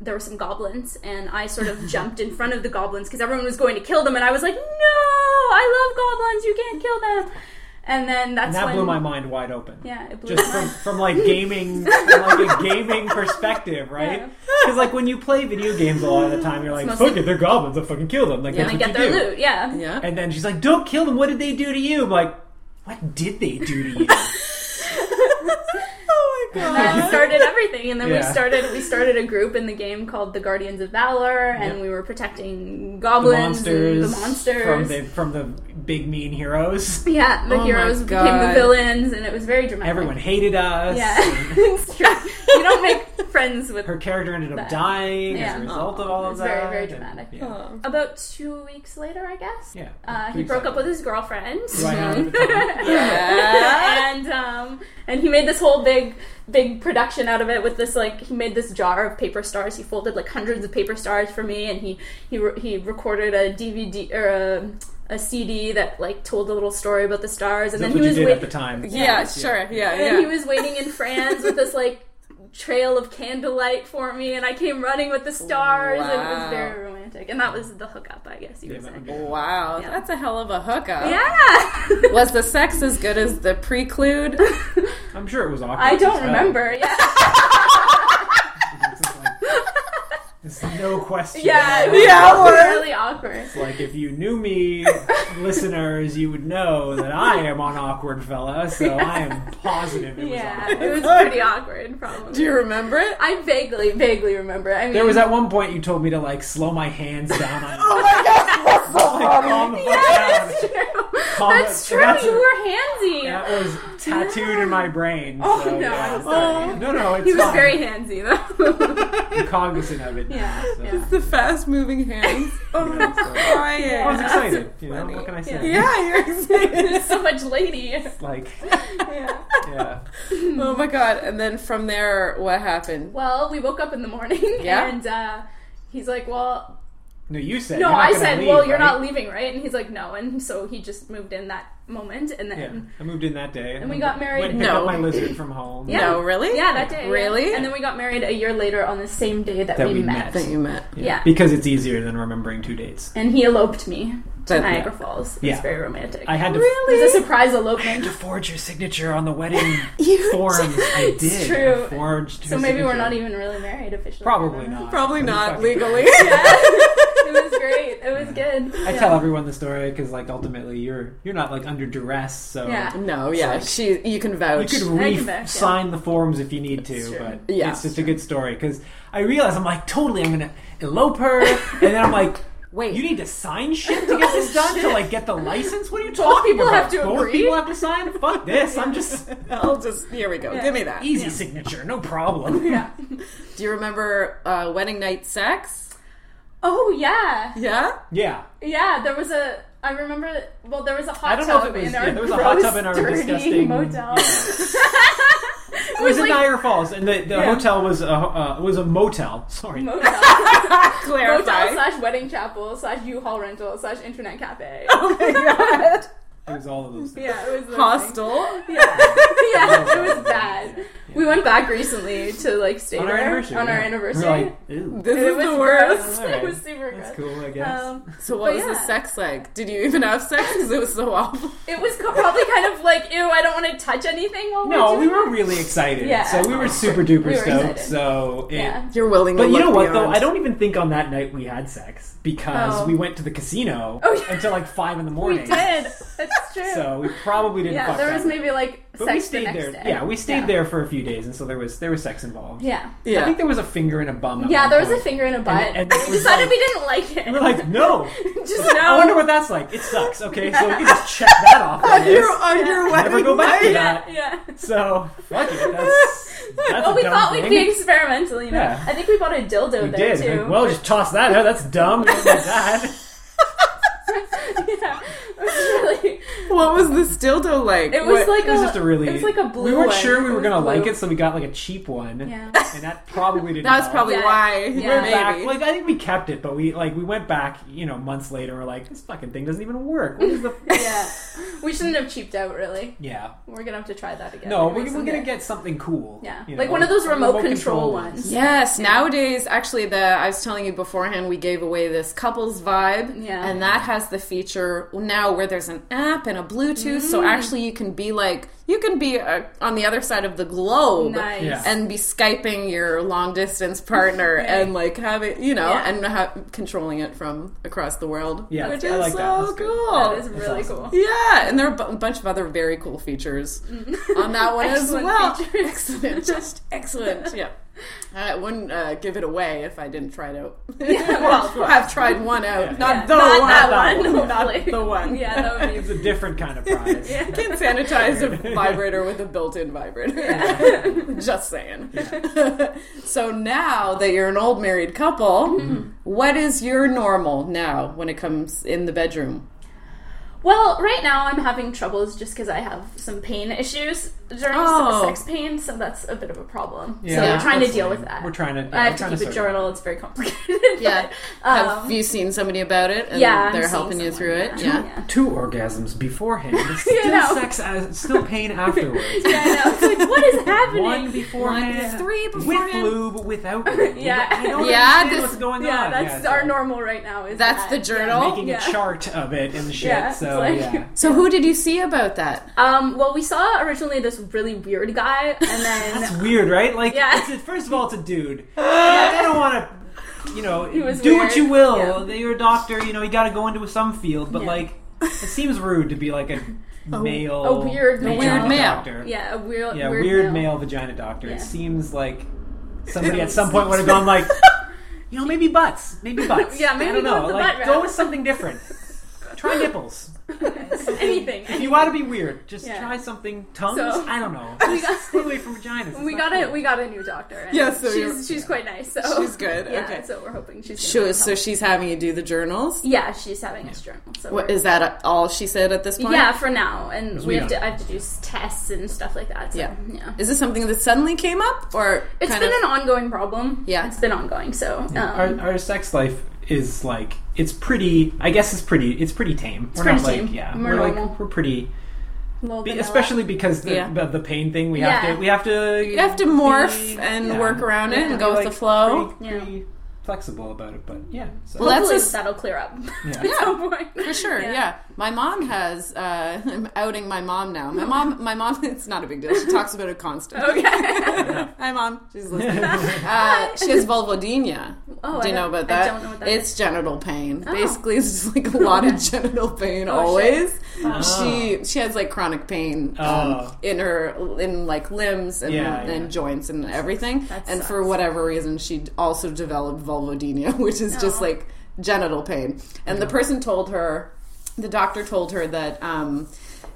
Speaker 2: there were some goblins, and I sort of jumped in front of the goblins because everyone was going to kill them, and I was like, "No, I love goblins! You can't kill them!" And then that's
Speaker 4: And that
Speaker 2: when
Speaker 4: blew my mind wide open.
Speaker 2: yeah, it blew
Speaker 4: Just
Speaker 2: my
Speaker 4: from,
Speaker 2: mind.
Speaker 4: from like gaming, from like a gaming perspective, right?
Speaker 2: Yeah.
Speaker 4: Because like when you play video games a lot of the time, you're like,
Speaker 2: mostly-
Speaker 4: "Fuck it, they're goblins. I'll fucking kill them." Like
Speaker 1: Yeah.
Speaker 4: that's
Speaker 2: and get
Speaker 4: what you
Speaker 2: their
Speaker 4: do.
Speaker 2: loot. Yeah.
Speaker 1: Yeah.
Speaker 4: And then she's like, "Don't kill them. What did they do to you?" I'm like, "What did they do to you?"
Speaker 1: Oh my
Speaker 2: And that started everything, and then we
Speaker 4: Yeah.
Speaker 2: started we started a group in the game called the Guardians of Valor, and
Speaker 4: Yep.
Speaker 2: we were protecting
Speaker 4: the
Speaker 2: goblins, and
Speaker 4: monsters,
Speaker 2: the monsters,
Speaker 4: from the from the big mean heroes.
Speaker 2: yeah, the
Speaker 1: Oh my
Speaker 2: heroes became the
Speaker 1: God.
Speaker 2: villains, and it was very dramatic.
Speaker 4: Everyone hated us.
Speaker 2: yeah, it's true. you don't make friends with
Speaker 4: Her character ended up
Speaker 2: But-
Speaker 4: dying as
Speaker 2: yeah.
Speaker 4: a result of all of
Speaker 2: It's
Speaker 4: that.
Speaker 2: very, very
Speaker 4: and-
Speaker 2: dramatic.
Speaker 4: yeah.
Speaker 2: About two weeks later, I guess.
Speaker 4: Yeah.
Speaker 2: Uh, he
Speaker 4: Three
Speaker 2: broke up
Speaker 4: seconds.
Speaker 2: with his girlfriend.
Speaker 4: Right on at the time.
Speaker 2: and um, and he made this whole big big production out of it with this like he made this jar of paper stars. He folded like hundreds of paper stars for me, and he he re- he recorded a DVD or a, a CD that like told a little story about the stars, and
Speaker 4: That's
Speaker 2: then
Speaker 4: what
Speaker 2: he
Speaker 4: you
Speaker 2: was
Speaker 4: did
Speaker 2: wait-
Speaker 4: at the time.
Speaker 1: Yeah, sure. Yeah,
Speaker 2: and
Speaker 1: yeah.
Speaker 2: then he was waiting in France with this like trail of candlelight for me, and I came running with the stars, and it
Speaker 1: Wow.
Speaker 2: was very romantic. And that was the hookup, I guess you
Speaker 4: Yeah,
Speaker 2: would
Speaker 4: that
Speaker 2: say.
Speaker 4: would be-
Speaker 1: Wow,
Speaker 2: Yeah.
Speaker 1: that's a hell of a hookup.
Speaker 2: Yeah.
Speaker 1: Was the sex as good as the preclude?
Speaker 4: I'm uh, sure it was awkward.
Speaker 2: I
Speaker 4: as
Speaker 2: don't
Speaker 4: hell.
Speaker 2: remember. Yeah.
Speaker 4: It's just like- There's no question.
Speaker 2: Yeah. It
Speaker 4: about
Speaker 2: was
Speaker 4: it.
Speaker 1: Yeah.
Speaker 2: really awkward.
Speaker 4: Like if you knew me, listeners, you would know that I am an awkward fella, so I am positive it was
Speaker 2: Yeah.
Speaker 4: awkward.
Speaker 2: It was pretty awkward, probably.
Speaker 1: Do you remember it?
Speaker 2: I vaguely, vaguely remember. I mean,
Speaker 4: There was at one point you told me to like slow my hands down on
Speaker 1: Oh my gosh, that's so
Speaker 4: like, calm the fuck down.
Speaker 2: That's true.
Speaker 4: Calm
Speaker 2: That's
Speaker 4: it-
Speaker 2: true.
Speaker 4: that's
Speaker 2: you
Speaker 4: a-
Speaker 2: were handsy.
Speaker 4: That was tattooed in my brain.
Speaker 2: Oh,
Speaker 4: so,
Speaker 2: no,
Speaker 4: yeah. Oh.
Speaker 2: I'm sorry.
Speaker 4: No, no, it's
Speaker 2: he was
Speaker 4: fine.
Speaker 2: very handsy, though.
Speaker 4: I'm cognizant of it. now,
Speaker 2: Yeah,
Speaker 4: so,
Speaker 2: yeah.
Speaker 1: The fast moving hands. Oh,
Speaker 4: yeah, so- I was
Speaker 1: crying.
Speaker 4: excited. You know, what can I say?
Speaker 1: Yeah, you're excited.
Speaker 2: There's so much lady.
Speaker 4: Like,
Speaker 2: Yeah.
Speaker 4: yeah.
Speaker 1: oh my god. And then from there, what happened?
Speaker 2: Well, we woke up in the morning,
Speaker 1: Yeah.
Speaker 2: and uh, he's like, "Well,
Speaker 4: No, you said.
Speaker 2: no,"
Speaker 4: you're not
Speaker 2: I
Speaker 4: gonna
Speaker 2: said,
Speaker 4: leave,
Speaker 2: "Well, you're
Speaker 4: right?
Speaker 2: not leaving, right?" And he's like, "No," and so he just moved in that moment, and
Speaker 4: Yeah,
Speaker 2: then
Speaker 4: I moved in that day,
Speaker 2: And we got married-
Speaker 4: Went and picked
Speaker 1: No.
Speaker 4: up my lizard from home.
Speaker 2: Yeah.
Speaker 1: No, really?
Speaker 2: yeah, that day, yeah.
Speaker 1: Really?
Speaker 2: and then we got married a year later on the same day that,
Speaker 4: That
Speaker 2: we,
Speaker 4: we
Speaker 2: met.
Speaker 4: met.
Speaker 1: That you met.
Speaker 2: yeah.
Speaker 4: because it's easier than remembering two dates.
Speaker 2: and he eloped me to
Speaker 1: That-
Speaker 2: Niagara Falls. It
Speaker 4: Yeah.
Speaker 2: was very romantic.
Speaker 4: I had to
Speaker 2: it was a surprise
Speaker 4: I
Speaker 2: elopement.
Speaker 4: had to forge your signature on the wedding
Speaker 1: You
Speaker 4: forms. I
Speaker 2: It's
Speaker 4: did.
Speaker 2: true.
Speaker 4: I forged.
Speaker 2: So
Speaker 4: her
Speaker 2: maybe we're
Speaker 4: signature.
Speaker 2: not even really married officially. I
Speaker 4: Probably
Speaker 2: don't know.
Speaker 4: not.
Speaker 1: Probably
Speaker 4: Who
Speaker 1: not
Speaker 4: fucking-
Speaker 1: legally.
Speaker 2: It was great. It was good.
Speaker 4: I
Speaker 2: Yeah.
Speaker 4: tell everyone the story because, like, ultimately, you're you're not like under duress, so
Speaker 2: Yeah.
Speaker 1: No, yeah, she. You can
Speaker 4: you
Speaker 1: vouch.
Speaker 4: could
Speaker 2: I
Speaker 4: re
Speaker 2: can back, yeah.
Speaker 4: sign the forms if you need
Speaker 2: That's
Speaker 4: to.
Speaker 2: true.
Speaker 4: But
Speaker 1: Yeah.
Speaker 4: it's just a good story because I realize I'm like totally I'm gonna elope her, and then I'm like.
Speaker 3: Wait.
Speaker 4: You need to sign shit to get this done to like get the license. What are you talking
Speaker 2: people
Speaker 4: about?
Speaker 2: have to
Speaker 4: Both
Speaker 2: agree?
Speaker 4: people have to sign. Fuck this. I'm just
Speaker 1: I'll just. Here we go.
Speaker 2: Yeah.
Speaker 1: Give me that.
Speaker 4: easy signature, no problem.
Speaker 2: Yeah.
Speaker 1: Do you remember uh, wedding night sex?
Speaker 2: Oh yeah.
Speaker 1: Yeah.
Speaker 4: Yeah,
Speaker 2: Yeah, there was a. I remember. Well, there was a hot
Speaker 4: I don't know if
Speaker 2: tub
Speaker 4: it was-
Speaker 2: in our
Speaker 4: yeah, there was a hot
Speaker 2: gross,
Speaker 4: tub in our
Speaker 2: dirty
Speaker 4: disgusting-
Speaker 2: motel.
Speaker 4: it was in
Speaker 2: like-
Speaker 4: Niagara Falls, and the, the
Speaker 2: Yeah.
Speaker 4: hotel was a uh, was a motel. Sorry,
Speaker 2: motel motel
Speaker 1: Clarify.
Speaker 2: slash wedding chapel slash U-Haul rental slash internet cafe.
Speaker 4: it was all of those. Things.
Speaker 2: Yeah, it was hostile.
Speaker 1: Hostel.
Speaker 2: Yeah, yeah, it was bad. We went back recently to like stay
Speaker 4: on our
Speaker 2: there
Speaker 4: anniversary.
Speaker 2: on our
Speaker 4: yeah.
Speaker 2: anniversary.
Speaker 4: We're like, "Ew,
Speaker 1: This
Speaker 2: And it
Speaker 1: is
Speaker 2: was
Speaker 1: the worst.
Speaker 2: gross.
Speaker 4: Alright.
Speaker 2: It was super
Speaker 4: that's
Speaker 2: gross.
Speaker 4: cool, I guess.
Speaker 2: Um,
Speaker 1: So what
Speaker 2: But
Speaker 1: was the
Speaker 2: yeah.
Speaker 1: sex like? Did you even have sex? Because it was so awful.
Speaker 2: it was co- probably kind of like, ew, I don't want to touch anything while
Speaker 4: no,
Speaker 2: we're
Speaker 4: we
Speaker 2: doing
Speaker 4: were
Speaker 2: that.
Speaker 4: really excited.
Speaker 2: Yeah.
Speaker 4: so we were super duper
Speaker 2: We were
Speaker 4: stoked.
Speaker 2: excited.
Speaker 4: So it,
Speaker 2: Yeah.
Speaker 1: You're willing.
Speaker 4: But
Speaker 1: to
Speaker 4: you know
Speaker 1: look
Speaker 4: what though?
Speaker 1: beyond.
Speaker 4: I don't even think on that night we had sex because
Speaker 2: Oh.
Speaker 4: we went to the casino
Speaker 2: Oh, yeah.
Speaker 4: until like five in the
Speaker 2: We
Speaker 4: morning.
Speaker 2: did. That's true.
Speaker 4: So we probably didn't.
Speaker 2: yeah,
Speaker 4: fuck
Speaker 2: there
Speaker 4: that
Speaker 2: was
Speaker 4: night.
Speaker 2: maybe like
Speaker 4: But
Speaker 2: sex
Speaker 4: we
Speaker 2: the
Speaker 4: stayed
Speaker 2: next
Speaker 4: there.
Speaker 2: day.
Speaker 4: Yeah, we stayed
Speaker 2: yeah.
Speaker 4: there for a few days, and so there was there was sex involved.
Speaker 2: Yeah.
Speaker 4: I
Speaker 1: Yeah.
Speaker 4: think there was a finger and a bum. at
Speaker 2: Yeah,
Speaker 4: one
Speaker 2: there was a
Speaker 4: point.
Speaker 2: finger in a butt.
Speaker 4: and
Speaker 2: And,
Speaker 4: it
Speaker 2: we
Speaker 4: was
Speaker 2: decided
Speaker 4: like-
Speaker 2: we didn't like it.
Speaker 4: We We're like, no.
Speaker 2: just
Speaker 4: I
Speaker 2: no.
Speaker 4: wonder what that's like. It sucks. Okay, so we can just check that off. I guess.
Speaker 1: You're on your wedding
Speaker 4: Never go back to
Speaker 1: night.
Speaker 2: yeah,
Speaker 4: that.
Speaker 2: yeah.
Speaker 4: So fuck it. That's, that's
Speaker 2: Well,
Speaker 4: a
Speaker 2: we
Speaker 4: dumb
Speaker 2: thought
Speaker 4: thing.
Speaker 2: we'd be experimental, you know.
Speaker 4: Yeah.
Speaker 2: I think we bought a dildo
Speaker 4: We
Speaker 2: there
Speaker 4: did.
Speaker 2: too.
Speaker 4: Like, well, just toss that out. That's dumb. We don't need that.
Speaker 2: yeah, it was really.
Speaker 1: What was this dildo like?
Speaker 2: It was
Speaker 1: What-
Speaker 2: like
Speaker 4: It was
Speaker 2: a.
Speaker 4: just a really.
Speaker 2: It was like a blue.
Speaker 4: We weren't
Speaker 2: one.
Speaker 4: sure we
Speaker 2: It
Speaker 4: were
Speaker 2: was
Speaker 4: gonna like
Speaker 2: blue.
Speaker 4: it, so we got like a cheap one.
Speaker 2: Yeah.
Speaker 4: And that probably didn't.
Speaker 1: that was
Speaker 4: help.
Speaker 1: probably
Speaker 2: Yeah.
Speaker 1: why.
Speaker 2: We
Speaker 4: We
Speaker 2: Yeah.
Speaker 4: went back.
Speaker 1: Maybe.
Speaker 4: Like I think we kept it, but we like we went back. You know, months later, we're like, this fucking thing doesn't even work. What is the?
Speaker 2: Yeah, we shouldn't have cheaped out. Really,
Speaker 4: yeah.
Speaker 2: we're gonna have to try that again.
Speaker 4: No,
Speaker 2: maybe
Speaker 4: we, we're
Speaker 2: someday.
Speaker 4: gonna get something cool.
Speaker 2: Yeah,
Speaker 4: you
Speaker 2: like
Speaker 4: know,
Speaker 2: one of those
Speaker 4: a
Speaker 2: remote, control, ones.
Speaker 1: Yes, nowadays actually the I was telling you beforehand we gave away this couples vibe
Speaker 2: Yeah.
Speaker 1: and that has the feature now where there's an app and a a Bluetooth,
Speaker 2: Mm.
Speaker 1: so actually you can be like you can be uh, on the other side of the globe
Speaker 2: Nice.
Speaker 4: Yeah.
Speaker 1: and be skyping your long distance partner and like having you know
Speaker 2: Yeah.
Speaker 1: and ha- controlling it from across the world.
Speaker 4: Yeah,
Speaker 1: which
Speaker 4: I
Speaker 1: is
Speaker 4: like that.
Speaker 1: so
Speaker 4: That's good.
Speaker 1: cool.
Speaker 2: That is really cool.
Speaker 1: yeah, and there are a bu- a bunch of other very cool features on that one as
Speaker 2: Mm-hmm. Excellent
Speaker 1: well.
Speaker 2: features.
Speaker 1: Excellent, just excellent. Yeah, I wouldn't uh, give it away if I didn't try it out. well, I've tried one out,
Speaker 4: Yeah.
Speaker 1: not
Speaker 2: Yeah,
Speaker 1: the
Speaker 2: not
Speaker 1: one.
Speaker 2: that one.
Speaker 1: Not
Speaker 2: hopefully.
Speaker 1: the one.
Speaker 2: Yeah, that would be
Speaker 4: It's a different kind of prize.
Speaker 1: You can sanitize a vibrator with a built-in vibrator. Just saying. so now that you're an old married couple,
Speaker 2: Mm-hmm.
Speaker 1: what is your normal now when it comes in the bedroom?
Speaker 2: Well, right now I'm having troubles just because I have some pain issues during
Speaker 1: Oh.
Speaker 2: some sex pain, so that's a bit of a problem.
Speaker 4: Yeah,
Speaker 2: so we're trying to
Speaker 4: that's
Speaker 2: deal
Speaker 4: fine.
Speaker 2: with that.
Speaker 4: We're trying to. yeah,
Speaker 2: I
Speaker 4: we're
Speaker 2: have to
Speaker 4: trying
Speaker 2: keep a
Speaker 4: sort-
Speaker 2: journal. It's very complicated.
Speaker 1: Yeah.
Speaker 2: but, um,
Speaker 1: Have you seen somebody about it and
Speaker 2: yeah, I'm
Speaker 1: they're
Speaker 2: seeing
Speaker 1: helping you
Speaker 2: someone,
Speaker 1: through it?
Speaker 2: Yeah.
Speaker 1: Yeah.
Speaker 2: yeah.
Speaker 4: Two orgasms beforehand. It's
Speaker 2: Yeah,
Speaker 4: still
Speaker 2: no.
Speaker 4: sex. As, still pain afterwards.
Speaker 2: Yeah, I know. It's like, what is happening?
Speaker 4: One beforehand.
Speaker 3: One- three
Speaker 4: With
Speaker 3: beforehand.
Speaker 4: lube, without lube.
Speaker 2: Yeah.
Speaker 4: I don't
Speaker 1: Yeah,
Speaker 4: understand
Speaker 1: this-
Speaker 4: what's going
Speaker 2: yeah,
Speaker 4: on.
Speaker 2: that's
Speaker 4: so
Speaker 2: our normal right now. Is
Speaker 1: That's
Speaker 2: that.
Speaker 1: the journal.
Speaker 4: Making
Speaker 2: Yeah.
Speaker 4: a chart of it and shit.
Speaker 2: Yeah, it's
Speaker 4: so
Speaker 2: like-
Speaker 4: yeah.
Speaker 1: So who did you see about that?
Speaker 2: Um, well, we saw originally this really weird guy, and
Speaker 4: It's
Speaker 2: then
Speaker 4: weird, right? Like,
Speaker 2: Yeah.
Speaker 4: it's a, first of all, it's a dude. I don't want to, you know, do
Speaker 2: was
Speaker 4: what
Speaker 2: weird.
Speaker 4: you will.
Speaker 2: Yeah.
Speaker 4: You're a doctor, you know, you got to go into some field, but
Speaker 2: Yeah.
Speaker 4: like, it seems rude to be like a male,
Speaker 2: a weird
Speaker 4: vagina
Speaker 2: male.
Speaker 1: male.
Speaker 4: doctor.
Speaker 2: yeah, a weird,
Speaker 4: Yeah,
Speaker 2: weird,
Speaker 4: weird, male. vagina doctor.
Speaker 2: Yeah.
Speaker 4: It seems like somebody at some point would have gone like, you know, maybe butts, maybe butts.
Speaker 2: Yeah,
Speaker 4: I
Speaker 2: maybe
Speaker 4: don't
Speaker 2: go
Speaker 4: know.
Speaker 2: with the
Speaker 4: like,
Speaker 2: butt
Speaker 4: go
Speaker 2: route.
Speaker 4: with something different. Try nipples.
Speaker 2: Anything.
Speaker 4: If you want to be weird, just
Speaker 2: Yeah.
Speaker 4: try something. Tongues.
Speaker 2: So-
Speaker 4: I don't know.
Speaker 2: We got-
Speaker 4: Just stay away from vaginas. It's
Speaker 2: we
Speaker 4: not
Speaker 2: got a
Speaker 4: cool.
Speaker 2: we got a new doctor. and
Speaker 1: Yeah, so you're-
Speaker 2: she's she's quite nice. So
Speaker 1: She's good,
Speaker 2: Oh. Yeah,
Speaker 1: okay.
Speaker 2: so we're hoping she's. gonna
Speaker 1: Sure,
Speaker 2: be
Speaker 1: so she's having you do the journals.
Speaker 2: Yeah, she's having us journal. So
Speaker 1: What
Speaker 2: we're-
Speaker 1: is that all she said at this point?
Speaker 2: yeah, for now, and we,
Speaker 4: we
Speaker 2: have
Speaker 4: don't-
Speaker 2: to. I have to do s- tests and stuff like that. So,
Speaker 1: Yeah.
Speaker 2: yeah,
Speaker 1: Is this something that suddenly came up or
Speaker 2: It's
Speaker 1: kind
Speaker 2: been
Speaker 1: of-
Speaker 2: an ongoing problem.
Speaker 1: Yeah.
Speaker 2: it's been ongoing. So, um,
Speaker 4: our, our sex life is like it's pretty. I guess it's pretty. It's pretty tame. we're
Speaker 2: pretty
Speaker 4: not
Speaker 2: tame.
Speaker 4: like yeah.
Speaker 2: We're
Speaker 4: We're,
Speaker 2: normal.
Speaker 4: like we're pretty.
Speaker 2: little
Speaker 4: be-
Speaker 2: vanilla.
Speaker 4: especially because the,
Speaker 1: Yeah.
Speaker 4: the, the pain thing. We
Speaker 2: Yeah.
Speaker 4: have to. We have to.
Speaker 1: you have to morph
Speaker 4: be-
Speaker 1: and
Speaker 4: yeah.
Speaker 1: work around it
Speaker 4: Yeah,
Speaker 1: and go
Speaker 4: be,
Speaker 1: with
Speaker 4: like,
Speaker 1: the flow.
Speaker 4: Pretty,
Speaker 2: Yeah.
Speaker 4: pretty flexible about it, but yeah. So.
Speaker 1: Well, that's
Speaker 2: Hopefully
Speaker 1: a s-
Speaker 2: that'll clear up.
Speaker 4: Yeah.
Speaker 2: At some point.
Speaker 1: For sure, yeah. My mom has. Uh, I'm outing my mom now. My mom, my mom. It's not a big deal. She talks about it constantly.
Speaker 2: Okay.
Speaker 1: Hi, mom. She's listening. Uh, she has vulvodynia.
Speaker 2: Oh,
Speaker 1: Do you
Speaker 2: I
Speaker 1: know
Speaker 2: don't-
Speaker 1: about
Speaker 2: I
Speaker 1: that? Oh.
Speaker 2: don't know what that
Speaker 1: it's genital pain. Basically, it's just like a lot of genital pain always. She she has like chronic pain um,
Speaker 4: Oh.
Speaker 1: in her in like limbs and,
Speaker 4: Yeah,
Speaker 1: and
Speaker 4: yeah.
Speaker 1: joints and everything.
Speaker 2: That
Speaker 1: and for
Speaker 2: sucks.
Speaker 1: whatever reason, she also developed vulvodynia, which is just
Speaker 2: No.
Speaker 1: like genital pain. And the person told her, the doctor told her that um,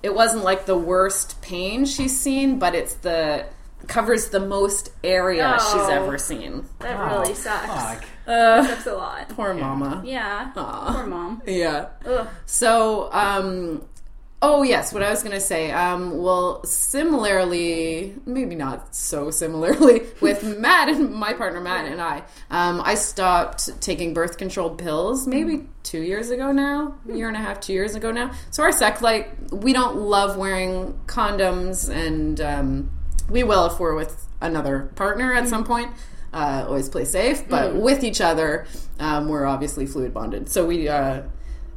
Speaker 1: it wasn't like the worst pain she's seen, but it's the covers the most area she's
Speaker 2: Oh.
Speaker 1: ever seen.
Speaker 2: that
Speaker 4: Oh,
Speaker 2: really sucks.
Speaker 4: fuck.
Speaker 2: Sucks a lot.
Speaker 1: Poor mama.
Speaker 2: Yeah. Poor mom.
Speaker 1: Yeah.
Speaker 2: Ugh.
Speaker 1: So, um, oh yes, what I was gonna say. Um, well, similarly, maybe not so similarly with Matt and my partner Matt and I. Um, I stopped taking birth control pills maybe two years ago now, a year and a half, two years ago now. So our sex, like, we don't love wearing condoms, and um, we will if we're with another partner at some point. Uh, always play safe, but with each other, um, we're obviously fluid bonded. So we uh,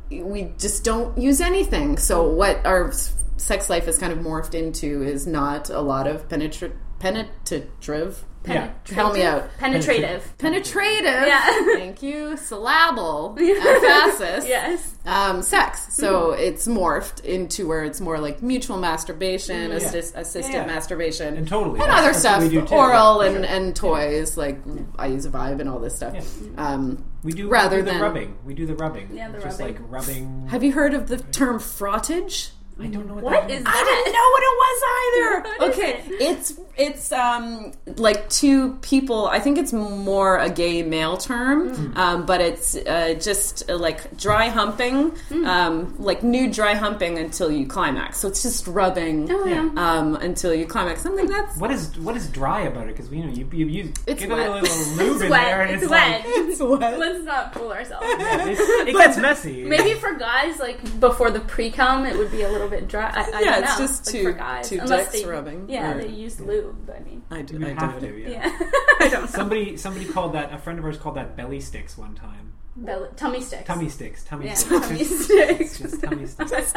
Speaker 1: we just don't use anything. So what our s- sex life is kind of morphed into is not a lot of penetra- penetrative.
Speaker 4: Yeah.
Speaker 1: Help me out.
Speaker 2: Penetrative.
Speaker 1: Penetrative.
Speaker 2: Yeah.
Speaker 1: Thank you. Syllable. Emphasis.
Speaker 2: Yes.
Speaker 1: Um, sex.
Speaker 4: Mm-hmm.
Speaker 1: So it's morphed into where it's more like mutual masturbation, assist, assisted
Speaker 4: Mm-hmm. Yeah.
Speaker 1: masturbation,
Speaker 4: And totally,
Speaker 1: and
Speaker 4: that's-
Speaker 1: other
Speaker 4: that's what
Speaker 1: stuff,
Speaker 4: we do too.
Speaker 1: oral and, and toys. Like I use Vibe and all this stuff. Um,
Speaker 4: we do
Speaker 1: rather
Speaker 4: we do the
Speaker 1: than-
Speaker 4: rubbing. We do the rubbing.
Speaker 2: Yeah, the
Speaker 4: just
Speaker 2: rubbing.
Speaker 4: like rubbing.
Speaker 1: have you heard of the term frottage?
Speaker 4: I don't know what,
Speaker 2: What
Speaker 4: that
Speaker 2: is
Speaker 4: is.
Speaker 1: I
Speaker 2: that?
Speaker 1: didn't know what it was either.
Speaker 2: What is
Speaker 1: okay, it's it's um like two people. I think it's more a gay male term, um, but it's uh, just uh, like dry humping, um, like nude dry humping until you climax. So it's just rubbing
Speaker 2: Oh, yeah.
Speaker 1: um, until you climax. Something that's
Speaker 4: What is what is dry about it? Because you know you you, you
Speaker 1: It's
Speaker 4: get
Speaker 1: wet.
Speaker 4: a little lube in
Speaker 2: It's wet.
Speaker 4: there and
Speaker 2: it's,
Speaker 4: it's,
Speaker 2: wet.
Speaker 1: it's what.
Speaker 2: Let's not fool ourselves.
Speaker 4: like it's, it gets messy.
Speaker 2: Maybe for guys, like before the pre cum, it would be a little bit dry. I, I
Speaker 1: Yeah,
Speaker 2: don't
Speaker 1: it's
Speaker 2: know,
Speaker 1: just
Speaker 2: like
Speaker 1: two-
Speaker 2: for guys.
Speaker 1: two
Speaker 2: Unless
Speaker 1: dicks
Speaker 2: they,
Speaker 1: rubbing.
Speaker 2: Yeah,
Speaker 4: Right.
Speaker 2: they used lube. I mean,
Speaker 1: I do.
Speaker 4: You
Speaker 1: I
Speaker 4: have
Speaker 1: did.
Speaker 4: to, yeah.
Speaker 2: yeah, I don't know.
Speaker 4: Somebody, somebody called that. A friend of ours called that belly sticks one time.
Speaker 2: Belly, tummy sticks.
Speaker 4: Tummy sticks, tummy
Speaker 2: Yeah,
Speaker 4: sticks.
Speaker 2: tummy
Speaker 4: It's-
Speaker 2: sticks.
Speaker 4: It's just tummy sticks.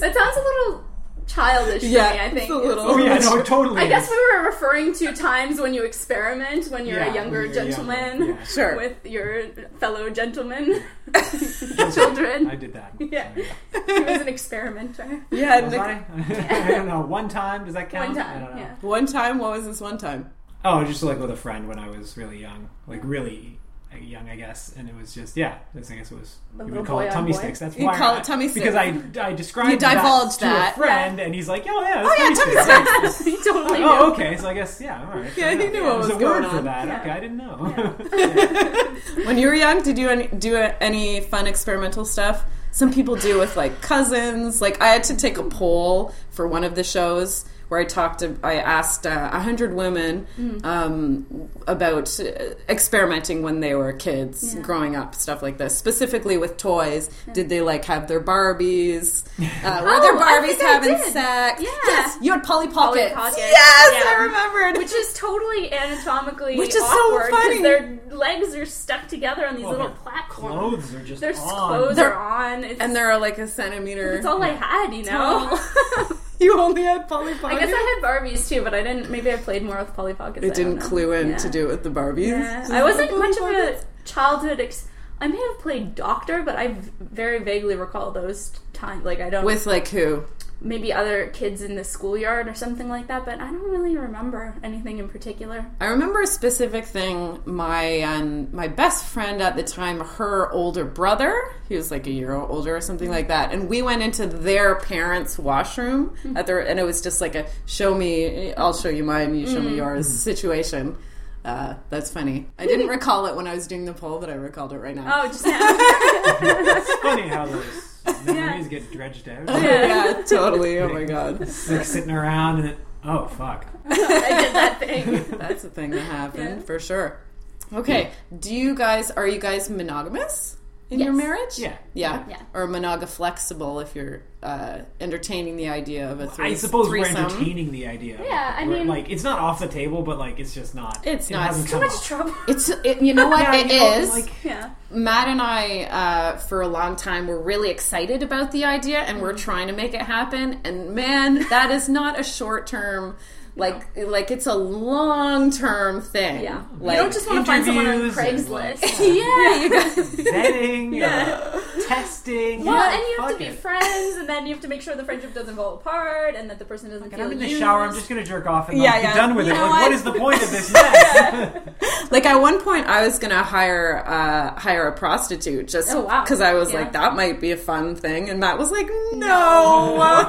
Speaker 2: That sounds a little childish
Speaker 1: Yeah,
Speaker 2: to me, I
Speaker 1: it's
Speaker 2: think.
Speaker 1: a little.
Speaker 4: Oh yeah, no, totally.
Speaker 2: I guess we were referring to times when you experiment when you're
Speaker 4: Yeah,
Speaker 2: a younger
Speaker 4: when you're
Speaker 2: gentleman
Speaker 4: younger, yeah.
Speaker 1: Sure.
Speaker 2: with your fellow gentlemen, children.
Speaker 4: I did that.
Speaker 2: Yeah.
Speaker 4: Sorry.
Speaker 2: he was an experimenter.
Speaker 1: yeah,
Speaker 4: Was
Speaker 1: Nick-
Speaker 4: I? I don't know. One time, does that count?
Speaker 2: One
Speaker 4: I
Speaker 2: time,
Speaker 4: don't know.
Speaker 2: yeah.
Speaker 1: One time, what was this one time?
Speaker 4: Oh, just like with a friend when I was really young, like really young, I guess. And it was just yeah. This I guess it was
Speaker 2: A
Speaker 4: you
Speaker 2: little
Speaker 4: would call
Speaker 2: boy
Speaker 4: it
Speaker 2: on
Speaker 4: tummy
Speaker 2: boy.
Speaker 4: sticks. That's
Speaker 1: You
Speaker 4: why
Speaker 1: call
Speaker 4: I-
Speaker 1: it tummy sticks.
Speaker 4: because I I described
Speaker 1: You divulged that.
Speaker 4: that, to a friend, and he's like, oh yeah, that's
Speaker 1: yeah,
Speaker 4: tummy
Speaker 1: tummy
Speaker 4: sticks.
Speaker 2: he totally knew.
Speaker 4: oh okay, so I guess yeah, all right.
Speaker 1: Yeah,
Speaker 4: fair
Speaker 1: he
Speaker 4: enough.
Speaker 1: knew what
Speaker 4: There's
Speaker 1: was
Speaker 4: a word
Speaker 1: going
Speaker 4: for
Speaker 1: on.
Speaker 4: that.
Speaker 2: Yeah.
Speaker 4: Okay, I didn't know.
Speaker 1: When you were young, did you any, do any fun experimental stuff? Some people do with like cousins. Like I had to take a poll for one of the shows where I talked. To, I asked uh, hundred women
Speaker 2: Mm.
Speaker 1: um, about uh, experimenting when they were kids, growing up, stuff like this. Specifically with toys, did they like have their Barbies? Uh, were their
Speaker 2: Oh, I
Speaker 1: Barbies
Speaker 2: think I
Speaker 1: having
Speaker 2: did.
Speaker 1: sex?
Speaker 2: Yeah.
Speaker 1: Yes, you had Polly Pockets.
Speaker 2: Pockets,
Speaker 1: Yes, I
Speaker 2: yeah.
Speaker 1: remembered.
Speaker 2: Which is totally anatomically
Speaker 1: Which is so
Speaker 2: awkward
Speaker 1: funny.
Speaker 2: their legs are stuck together on these
Speaker 4: Well,
Speaker 2: little
Speaker 4: their
Speaker 2: platforms.
Speaker 4: Clothes are just
Speaker 2: Their
Speaker 4: on.
Speaker 2: clothes
Speaker 1: They're-
Speaker 2: are on. It's,
Speaker 1: and they're like a centimeter.
Speaker 2: it's all I had, you know.
Speaker 1: you only had Polly Pockets.
Speaker 2: I guess I had Barbies too, but I didn't. Maybe I played more with Polly Pockets.
Speaker 1: It
Speaker 2: I don't
Speaker 1: didn't
Speaker 2: know.
Speaker 1: clue in
Speaker 2: Yeah.
Speaker 1: to do it with the Barbies.
Speaker 2: Yeah.
Speaker 1: Just
Speaker 2: I wasn't
Speaker 1: like,
Speaker 2: much of
Speaker 1: "Oh,
Speaker 2: a
Speaker 1: Barbies."
Speaker 2: childhood. Ex- I may have played doctor, but I v- very vaguely recall those times. Like I don't
Speaker 1: with like who?
Speaker 2: maybe other kids in the schoolyard or something like that, but I don't really remember anything in particular.
Speaker 1: I remember a specific thing. My um, my best friend at the time, her older brother, he was like a year older or something like that, and we went into their parents' washroom at their, and it was just like a show me, I'll show you mine, you show me yours situation. Uh, that's funny. I didn't recall it when I was doing the poll, but I recalled it right now.
Speaker 2: Oh, just now.
Speaker 4: It's funny how those memories get dredged out.
Speaker 1: yeah, totally. Oh my god,
Speaker 4: It's like sitting around and then, oh fuck.
Speaker 2: I did that thing.
Speaker 1: that's a thing that happened for sure. Okay, do you guys are you guys monogamous in your
Speaker 2: Yes.
Speaker 1: marriage?
Speaker 4: Yeah.
Speaker 1: Yeah.
Speaker 2: Yeah.
Speaker 1: Or monoga flexible if you're uh, entertaining the idea of a three.
Speaker 4: I suppose
Speaker 1: threesome.
Speaker 4: we're entertaining the idea.
Speaker 2: Yeah, I
Speaker 4: We're-
Speaker 2: mean-
Speaker 4: like it's not off the table, but like it's just not.
Speaker 1: It's
Speaker 4: it
Speaker 1: not.
Speaker 4: hasn't
Speaker 1: It's
Speaker 2: Too
Speaker 4: come
Speaker 2: much
Speaker 4: up.
Speaker 2: trouble.
Speaker 1: It's it, you know what
Speaker 4: Yeah,
Speaker 1: it
Speaker 4: you know,
Speaker 1: is.
Speaker 4: Like,
Speaker 2: Yeah.
Speaker 1: Matt and I, uh, for a long time, were really excited about the idea, and
Speaker 2: Mm-hmm.
Speaker 1: we're trying to make it happen. And man, that is not a short term, like like it's a long term thing.
Speaker 2: Yeah.
Speaker 1: like,
Speaker 2: you don't just want to find someone on
Speaker 4: interviews and, like,
Speaker 2: Craigslist.
Speaker 1: yeah, you guys,
Speaker 4: vetting, uh, testing.
Speaker 2: Well,
Speaker 4: yeah,
Speaker 2: and you have to
Speaker 4: fuck
Speaker 2: be
Speaker 4: it.
Speaker 2: friends, and then you have to make sure the friendship doesn't fall apart, and that the person doesn't
Speaker 4: Like,
Speaker 2: feel
Speaker 4: I'm in the
Speaker 2: used.
Speaker 4: shower. I'm just gonna jerk off and like,
Speaker 1: Yeah, yeah.
Speaker 4: be done with
Speaker 1: You
Speaker 4: it.
Speaker 1: know
Speaker 4: Like,
Speaker 1: what?
Speaker 4: what is the point of this? Yes.
Speaker 1: Like at one point, I was gonna hire uh, hire a prostitute just
Speaker 2: Oh, wow.
Speaker 1: because I was
Speaker 2: Yeah.
Speaker 1: like that might be a fun thing, and Matt was like, no.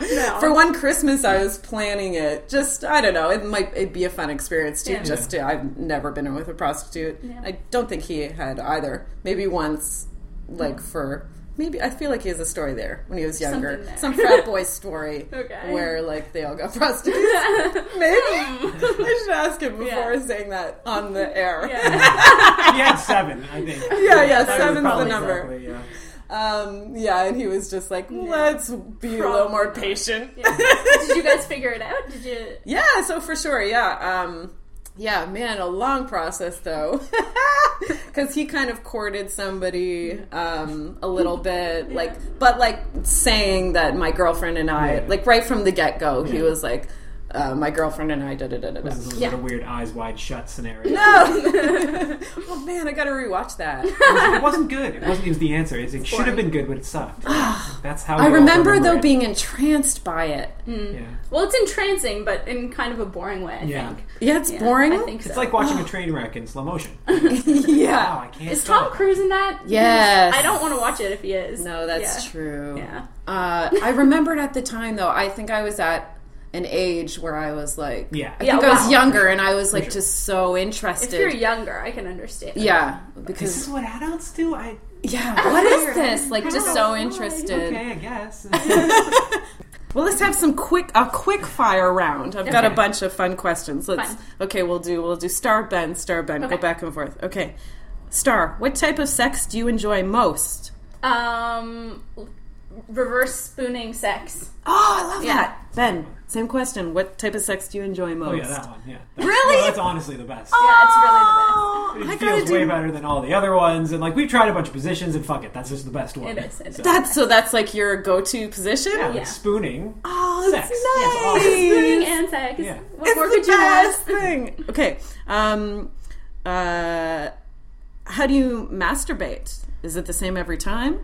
Speaker 2: No.
Speaker 1: For one Christmas, I was planning it. Just I don't know. It might it'd be a fun experience too.
Speaker 2: Yeah.
Speaker 1: Just to, I've never been with a prostitute. I don't think he had either. Maybe once, like for. Maybe I feel like he has a story there when he was younger,
Speaker 2: Hmm. Something there.
Speaker 1: some frat boy story
Speaker 2: Okay.
Speaker 1: where like they all got prostitutes. Maybe I should ask him before
Speaker 2: Yeah.
Speaker 1: saying that on the air.
Speaker 2: Yeah.
Speaker 4: he had seven, I think.
Speaker 1: Yeah, yeah,
Speaker 4: That was
Speaker 1: seven's the
Speaker 4: probably
Speaker 1: number.
Speaker 4: Exactly, yeah.
Speaker 1: Um, yeah, and he was just like, let's be a little
Speaker 2: Probably
Speaker 1: more
Speaker 2: not.
Speaker 1: patient.
Speaker 2: Yeah. Did you guys figure it out? Did you?
Speaker 1: Yeah, so for sure, yeah. Um, yeah, man, a long process though. Because he kind of courted somebody um, a little bit, like, but like saying that my girlfriend and I,
Speaker 4: Yeah.
Speaker 1: like right from the get go, he was like, uh, my girlfriend and I, da da da da da.
Speaker 4: This is a
Speaker 2: Yeah.
Speaker 4: little weird eyes wide shut scenario.
Speaker 1: No! oh man, I gotta rewatch that.
Speaker 4: it wasn't good. It wasn't. It was the answer. It's- It should have been good, but it sucked. That's how
Speaker 1: I
Speaker 4: we all
Speaker 1: remember though
Speaker 4: it.
Speaker 1: being entranced by it.
Speaker 4: Yeah.
Speaker 2: Well, it's entrancing, but in kind of a boring way. I
Speaker 4: Yeah.
Speaker 2: think.
Speaker 1: Yeah, it's
Speaker 2: Yeah,
Speaker 1: boring.
Speaker 2: I think so.
Speaker 4: It's like watching a train wreck in slow motion.
Speaker 1: yeah.
Speaker 4: Wow, I can't.
Speaker 2: is Tom
Speaker 4: stop.
Speaker 2: Cruise in that?
Speaker 1: Yes.
Speaker 2: I don't want to watch it if he is.
Speaker 1: No, that's
Speaker 2: Yeah.
Speaker 1: true.
Speaker 2: Yeah.
Speaker 1: Uh, I remembered at the time though. I think I was at an age where I was like,
Speaker 4: Yeah.
Speaker 1: I
Speaker 2: Yeah,
Speaker 1: think I was
Speaker 2: Oh, wow.
Speaker 1: younger and I was like
Speaker 4: sure.
Speaker 1: just so
Speaker 2: If you're
Speaker 1: interested.
Speaker 2: younger, I can understand.
Speaker 1: yeah,
Speaker 4: Is this
Speaker 1: because
Speaker 4: what adults do? I
Speaker 1: yeah, what is this? Like
Speaker 2: Oh,
Speaker 1: just so interested.
Speaker 4: Okay, I guess.
Speaker 1: Well, let's have some quick a quick fire round. I've got a
Speaker 4: Okay.
Speaker 1: bunch of fun questions. Let's
Speaker 2: Fun.
Speaker 1: okay. We'll do we'll do star Ben, star Ben. Go
Speaker 2: Okay.
Speaker 1: back and forth. Okay, star. What type of sex do you enjoy most?
Speaker 2: Um, reverse spooning sex.
Speaker 1: Oh, I love
Speaker 2: Yeah.
Speaker 1: that. Ben, same question. What type of sex do you enjoy most?
Speaker 4: Oh yeah, that one. Yeah. That's,
Speaker 1: Really?
Speaker 4: well, that's honestly the best.
Speaker 2: Yeah, it's really the best.
Speaker 1: Oh, I
Speaker 4: It
Speaker 1: gotta
Speaker 4: feels way
Speaker 1: do
Speaker 4: better than all the other ones, and like we've tried a bunch of positions, and fuck it, that's just the best one.
Speaker 2: It is, it is.
Speaker 4: So,
Speaker 1: That's so. That's like your go-to position.
Speaker 4: yeah, like
Speaker 2: yeah.
Speaker 4: spooning.
Speaker 1: Oh, that's
Speaker 4: Sex. That's awesome.
Speaker 2: Spooning
Speaker 1: nice.
Speaker 2: and sex.
Speaker 4: Yeah.
Speaker 2: What
Speaker 1: It's
Speaker 2: more
Speaker 1: the
Speaker 2: could you
Speaker 1: best
Speaker 2: ask?
Speaker 1: thing. Okay. Um. Uh. How do you masturbate? Is it the same every time?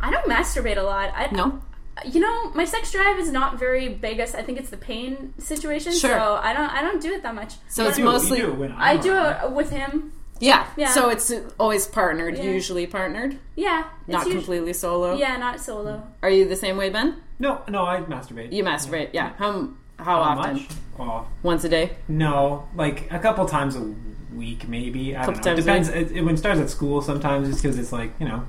Speaker 2: I don't masturbate a lot. I,
Speaker 1: No.
Speaker 2: You know, my sex drive is not very big. I s- I think it's the pain situation.
Speaker 1: Sure.
Speaker 2: So I don't. I don't do it that much.
Speaker 1: So
Speaker 4: You
Speaker 1: it's
Speaker 4: do, you
Speaker 1: mostly
Speaker 4: do when I'm
Speaker 2: I do
Speaker 4: around.
Speaker 2: it with him.
Speaker 1: yeah.
Speaker 2: Yeah.
Speaker 1: So it's always partnered,
Speaker 2: Yeah.
Speaker 1: usually partnered,
Speaker 2: Yeah. it's
Speaker 1: not
Speaker 2: usu-
Speaker 1: completely solo.
Speaker 2: Yeah, not solo.
Speaker 1: Are you the same way, Ben?
Speaker 4: No, no, I masturbate.
Speaker 1: You masturbate? Yeah. How how,
Speaker 4: How
Speaker 1: often?
Speaker 4: much? Oh,
Speaker 1: Once a day.
Speaker 4: no, like a couple times a week, maybe. I
Speaker 1: Couple
Speaker 4: don't know.
Speaker 1: times a
Speaker 4: Depends. It, it, when it starts at school, sometimes it's because it's like you know.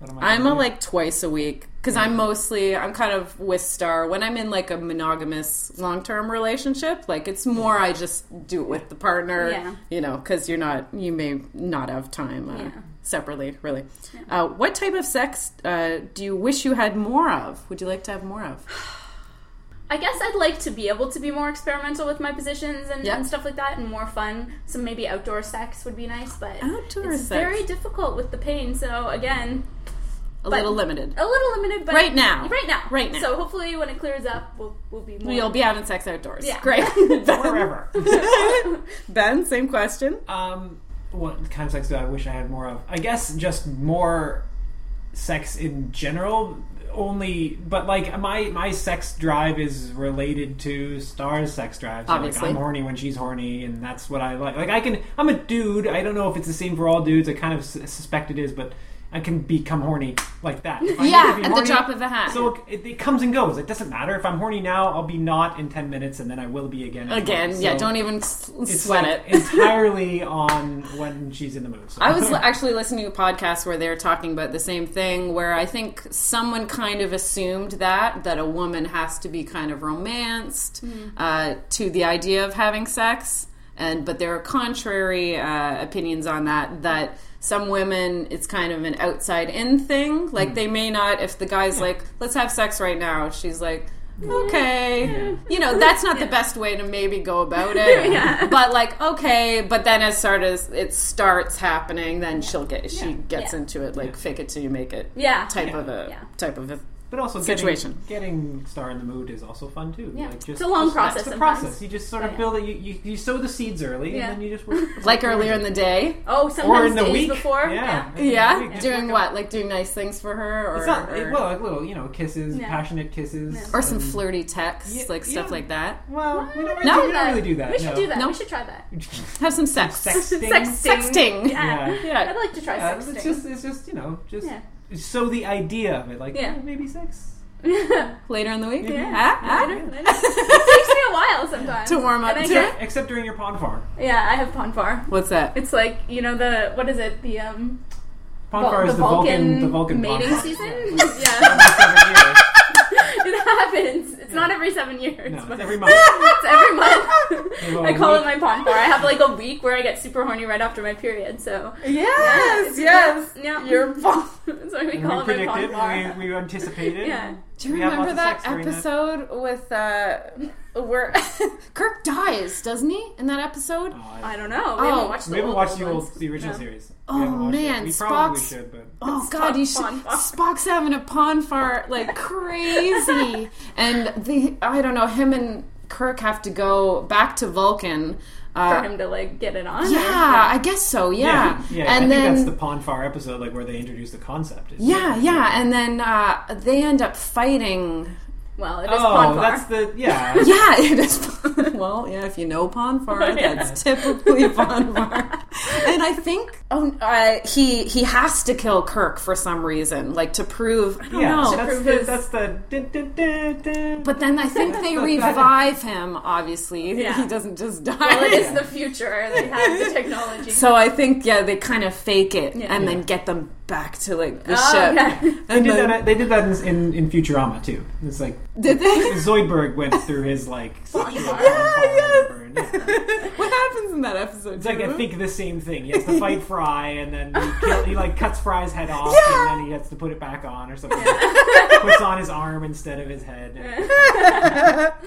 Speaker 4: What am I
Speaker 1: I'm
Speaker 4: gonna
Speaker 1: a
Speaker 4: do?
Speaker 1: like twice a week because
Speaker 4: Mm-hmm.
Speaker 1: I'm mostly I'm kind of with Star when I'm in like a monogamous long term relationship. Like it's more
Speaker 4: Mm-hmm.
Speaker 1: I just do it with the partner,
Speaker 2: Yeah.
Speaker 1: you know, because you're not you may not have time uh,
Speaker 2: Yeah.
Speaker 1: separately really. Uh, what type of sex uh, do you wish you had more of? Would you like to have more of?
Speaker 2: I guess I'd like to be able to be more experimental with my positions and,
Speaker 1: Yeah.
Speaker 2: and stuff like that, and more fun. So maybe outdoor sex would be nice, but
Speaker 1: Outdoor
Speaker 2: it's
Speaker 1: sex.
Speaker 2: very difficult with the pain. So again,
Speaker 1: A little limited.
Speaker 2: a little limited, but
Speaker 1: Right now.
Speaker 2: right now,
Speaker 1: Right now.
Speaker 2: So hopefully, when it clears up, we'll, we'll be more.
Speaker 1: You'll be having sex outdoors.
Speaker 2: Yeah.
Speaker 1: Great.
Speaker 4: wherever.
Speaker 1: ben, same question.
Speaker 4: Um, what kind of sex do I wish I had more of? I guess just more sex in general. Only, but like my my sex drive is related to Star's sex drive. So
Speaker 1: Obviously.
Speaker 4: like I'm horny when she's horny, and that's what I like. Like I can, I'm a dude. I don't know if it's the same for all dudes. I kind of s- suspect it is, but I can become horny like that. If I need
Speaker 1: Yeah,
Speaker 4: to be
Speaker 1: at the
Speaker 4: horny-
Speaker 1: drop of a hat.
Speaker 4: So it, it comes and goes. It doesn't matter if I'm horny now. I'll be not in ten minutes, and then I will be again. in
Speaker 1: Again,
Speaker 4: five.
Speaker 1: yeah,
Speaker 4: So-
Speaker 1: don't even s-
Speaker 4: it's
Speaker 1: sweat
Speaker 4: like
Speaker 1: it.
Speaker 4: entirely on when she's in the mood. So.
Speaker 1: I was li- actually listening to a podcast where they were talking about the same thing, where I think someone kind of assumed that that a woman has to be kind of romanced uh, to the idea of having sex, and but there are contrary uh, opinions on that. That some women, it's kind of an outside-in thing. Like they may not, if the guy's like, "Let's have sex right now," she's like. Okay, you know that's not the best way to maybe go about it.
Speaker 2: Yeah.
Speaker 1: But like, okay, but then as start as it starts happening, then she'll get she gets
Speaker 2: Yeah.
Speaker 1: into it like fake it till you make it.
Speaker 2: Yeah.
Speaker 1: Type
Speaker 4: Yeah.
Speaker 1: of a
Speaker 2: Yeah.
Speaker 1: type of a
Speaker 4: but also
Speaker 1: Situation.
Speaker 4: Getting, getting star in the mood is also fun too.
Speaker 2: Yeah.
Speaker 4: Like just,
Speaker 2: It's a long
Speaker 4: just-
Speaker 2: process
Speaker 4: It's a
Speaker 2: sometimes.
Speaker 4: process. You just sort
Speaker 2: Yeah.
Speaker 4: of build it. You, you, you sow the seeds early,
Speaker 2: Yeah.
Speaker 4: and then you just work.
Speaker 1: like earlier in the day.
Speaker 2: oh,
Speaker 4: or
Speaker 2: sometimes
Speaker 4: in the
Speaker 2: days
Speaker 4: week
Speaker 2: before.
Speaker 4: Yeah,
Speaker 1: Yeah,
Speaker 4: It's
Speaker 1: doing what? Like doing nice things for her, or
Speaker 4: not
Speaker 1: or,
Speaker 4: it, well, like little you know kisses,
Speaker 2: Yeah.
Speaker 4: passionate kisses,
Speaker 2: Yeah.
Speaker 1: or some
Speaker 4: and-
Speaker 1: flirty texts,
Speaker 4: Yeah,
Speaker 1: like stuff
Speaker 4: yeah.
Speaker 1: like that.
Speaker 4: Well, we don't really,
Speaker 1: No.
Speaker 4: we don't really do that.
Speaker 2: We should
Speaker 4: no.
Speaker 2: do that.
Speaker 1: No.
Speaker 2: We should try that.
Speaker 1: Have some sex.
Speaker 4: Sexting.
Speaker 1: Sexting.
Speaker 2: Yeah.
Speaker 4: Yeah.
Speaker 1: Yeah.
Speaker 2: I'd like to try
Speaker 4: Uh,
Speaker 2: sexting.
Speaker 4: it's just it's just you know just
Speaker 2: Yeah.
Speaker 4: sow the idea of it. Like
Speaker 2: Yeah.
Speaker 4: oh, maybe sex.
Speaker 1: Later in the week.
Speaker 4: Yeah.
Speaker 1: Huh? Huh?
Speaker 2: I don't know. it takes me a while sometimes
Speaker 1: To warm up
Speaker 2: And I
Speaker 1: to
Speaker 2: get-
Speaker 4: Except during your pond farm.
Speaker 2: Yeah, I have pond far.
Speaker 1: What's that?
Speaker 2: It's like you know the what is it the um
Speaker 4: Pond
Speaker 2: Vul-
Speaker 4: far is the Vulcan, the Vulcan pond
Speaker 2: mating
Speaker 4: farm.
Speaker 2: season.
Speaker 4: Yeah.
Speaker 2: yeah,
Speaker 4: Seven years.
Speaker 2: it happens. It's not every seven years.
Speaker 4: No,
Speaker 2: but-
Speaker 4: it's every month.
Speaker 2: It's every month.
Speaker 4: have
Speaker 2: I
Speaker 4: a
Speaker 2: call it
Speaker 4: week.
Speaker 2: my pond bar. I have like a week where I get super horny right after my period. So
Speaker 1: Yes, yes.
Speaker 2: yeah, you're pond. so we
Speaker 4: We
Speaker 2: call it my pond
Speaker 4: predicted,
Speaker 2: bar.
Speaker 4: we, we anticipated.
Speaker 2: Yeah.
Speaker 1: Do you
Speaker 4: We have
Speaker 1: remember
Speaker 4: lots of
Speaker 1: that
Speaker 4: sex during that.
Speaker 1: episode with uh where Kirk dies, doesn't he? In that episode?
Speaker 4: Oh,
Speaker 2: I don't know. We
Speaker 1: Oh.
Speaker 2: haven't watched the
Speaker 4: we haven't
Speaker 2: old,
Speaker 4: watched the
Speaker 2: old
Speaker 4: old,
Speaker 2: ones.
Speaker 4: the original
Speaker 2: No.
Speaker 4: series.
Speaker 1: Oh,
Speaker 4: we haven't watched
Speaker 1: man,
Speaker 4: it. we probably
Speaker 1: Spock's-
Speaker 4: should, but
Speaker 1: Oh God! You should.
Speaker 2: fun, fun.
Speaker 1: Spock's having a pond fart like crazy, and the I don't know. Him and Kirk have to go back to Vulcan.
Speaker 2: for
Speaker 1: Uh,
Speaker 2: him to like get it on. or-
Speaker 1: yeah, I guess so. Yeah,
Speaker 4: yeah, I
Speaker 1: and
Speaker 4: think
Speaker 1: then
Speaker 4: that's the Pond Far episode, like where they introduced the concept. isn't
Speaker 1: yeah,
Speaker 4: it?
Speaker 1: yeah, and then uh, they end up fighting.
Speaker 2: Well, it is
Speaker 4: Oh,
Speaker 2: pond bar.
Speaker 4: that's the yeah.
Speaker 1: Yeah, it is. Well, yeah, if you know Ponfar,
Speaker 2: Yeah.
Speaker 1: that's typically Ponfar. and I think oh, uh, he he has to kill Kirk for some reason, like to prove. I don't
Speaker 4: yeah,
Speaker 1: know.
Speaker 4: that's
Speaker 2: prove
Speaker 4: the
Speaker 2: his-
Speaker 4: that's the. Dun, dun, dun, dun.
Speaker 1: But then I think they revive him. Obviously,
Speaker 2: Yeah.
Speaker 1: he doesn't just die.
Speaker 2: Well, it is the future. They have the technology.
Speaker 1: so I think yeah, they kind of fake it
Speaker 2: Yeah.
Speaker 1: and then get them back to like the
Speaker 2: Oh,
Speaker 1: ship.
Speaker 2: okay.
Speaker 4: they
Speaker 1: And
Speaker 4: did
Speaker 1: then,
Speaker 4: that. They did that in, in, in Futurama too. It's like
Speaker 1: did they?
Speaker 4: Zoidberg went through his like. sexual
Speaker 2: Far.
Speaker 4: Pond Far,
Speaker 1: yeah.
Speaker 4: and children. yeah.
Speaker 1: What happens in that episode?
Speaker 4: It's like I
Speaker 2: Mm-hmm.
Speaker 1: Drew?
Speaker 4: think the same thing. He has to fight Fry, and then he, kill, he like cuts Fry's head off, and then he has to put it back on or something. Puts on his arm instead of his head.
Speaker 2: That's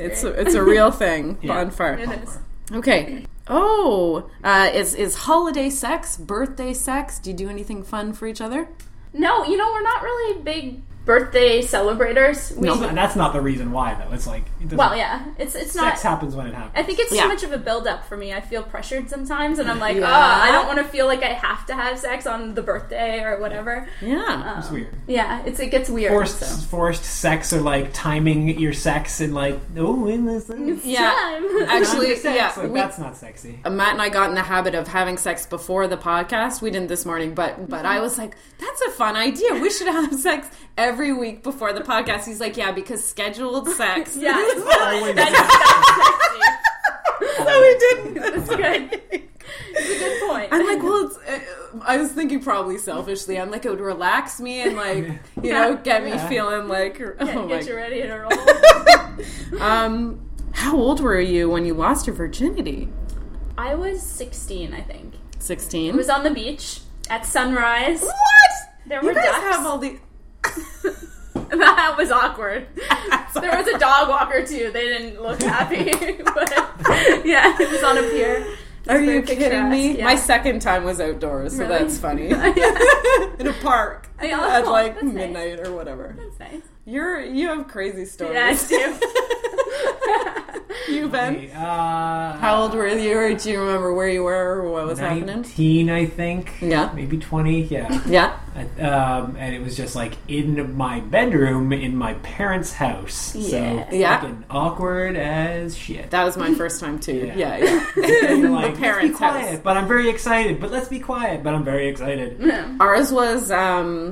Speaker 1: it's
Speaker 2: great.
Speaker 1: a, it's a real thing.
Speaker 4: Yeah.
Speaker 1: Bonfire.
Speaker 2: It is.
Speaker 1: Okay. Oh, uh, is is holiday sex, birthday sex? Do you do anything fun for each other?
Speaker 2: No, you know we're not really big birthday celebrators. We,
Speaker 4: That's not- that's not the reason why though. It's like it doesn't-
Speaker 2: well, yeah, it's it's not.
Speaker 4: sex happens when it happens.
Speaker 2: I think it's
Speaker 1: Yeah.
Speaker 2: too much of a build up for me. I feel pressured sometimes, and I'm like,
Speaker 1: Yeah.
Speaker 2: oh, I don't want to feel like I have to have sex on the birthday or whatever. Uh,
Speaker 1: Yeah.
Speaker 4: it's weird.
Speaker 2: Yeah, it's it gets weird.
Speaker 4: Forced
Speaker 2: so.
Speaker 4: forced sex or like timing your sex and like oh in this.
Speaker 2: Time.
Speaker 1: Actually,
Speaker 4: Sex,
Speaker 1: yeah.
Speaker 4: like,
Speaker 1: we-
Speaker 4: that's not sexy.
Speaker 1: Matt and I got in the habit of having sex before the podcast. We didn't this morning, but but
Speaker 2: Mm-hmm.
Speaker 1: I was like, "That's a fun idea. We should have sex every week before the podcast." He's like, "Yeah, because scheduled sex."
Speaker 2: Yeah.
Speaker 4: Always
Speaker 1: so we didn't.
Speaker 2: That's good. It's a good point.
Speaker 1: I'm like, well, it's, uh, I was thinking probably selfishly. I'm like, it would relax me and like, you know, get me
Speaker 4: Yeah.
Speaker 1: feeling like, oh
Speaker 2: Get-
Speaker 1: my
Speaker 2: get you ready to roll.
Speaker 1: Um, how old were you when you lost your virginity?
Speaker 2: I was 16, I think. I
Speaker 1: Sixteen.
Speaker 2: was on the beach at sunrise.
Speaker 1: what?
Speaker 2: There
Speaker 1: You
Speaker 2: were
Speaker 1: guys
Speaker 2: ducks.
Speaker 1: have all the.
Speaker 2: that was awkward. there was a dog walker too. They didn't look happy, but yeah, it was on a pier.
Speaker 1: Are
Speaker 2: very
Speaker 1: you kidding me?
Speaker 2: picturesque, yeah.
Speaker 1: My second time was outdoors, so
Speaker 2: Really?
Speaker 1: that's funny. In a park
Speaker 2: Oh,
Speaker 1: at like
Speaker 2: that's nice.
Speaker 1: midnight or whatever.
Speaker 2: That's nice.
Speaker 1: You're you have crazy
Speaker 2: Yeah,
Speaker 1: stories.
Speaker 2: I do.
Speaker 1: you Ben.
Speaker 4: Uh, How
Speaker 1: How old were you? Or do you remember where you were or what was happening?
Speaker 4: Nineteen, I think.
Speaker 1: Yeah.
Speaker 4: maybe twenty. Yeah.
Speaker 1: Yeah.
Speaker 4: I- um, and it was just like in my bedroom in my parents' house.
Speaker 2: Yeah.
Speaker 4: So
Speaker 1: Yeah.
Speaker 4: fucking awkward as shit.
Speaker 1: That was my first time too. Yeah,
Speaker 4: Yeah.
Speaker 1: yeah.
Speaker 4: And,
Speaker 1: In
Speaker 4: like,
Speaker 1: the
Speaker 4: let's be
Speaker 1: parents'
Speaker 4: quiet,
Speaker 1: house.
Speaker 4: but I'm very excited. But let's be quiet, but I'm very excited.
Speaker 1: Ours was um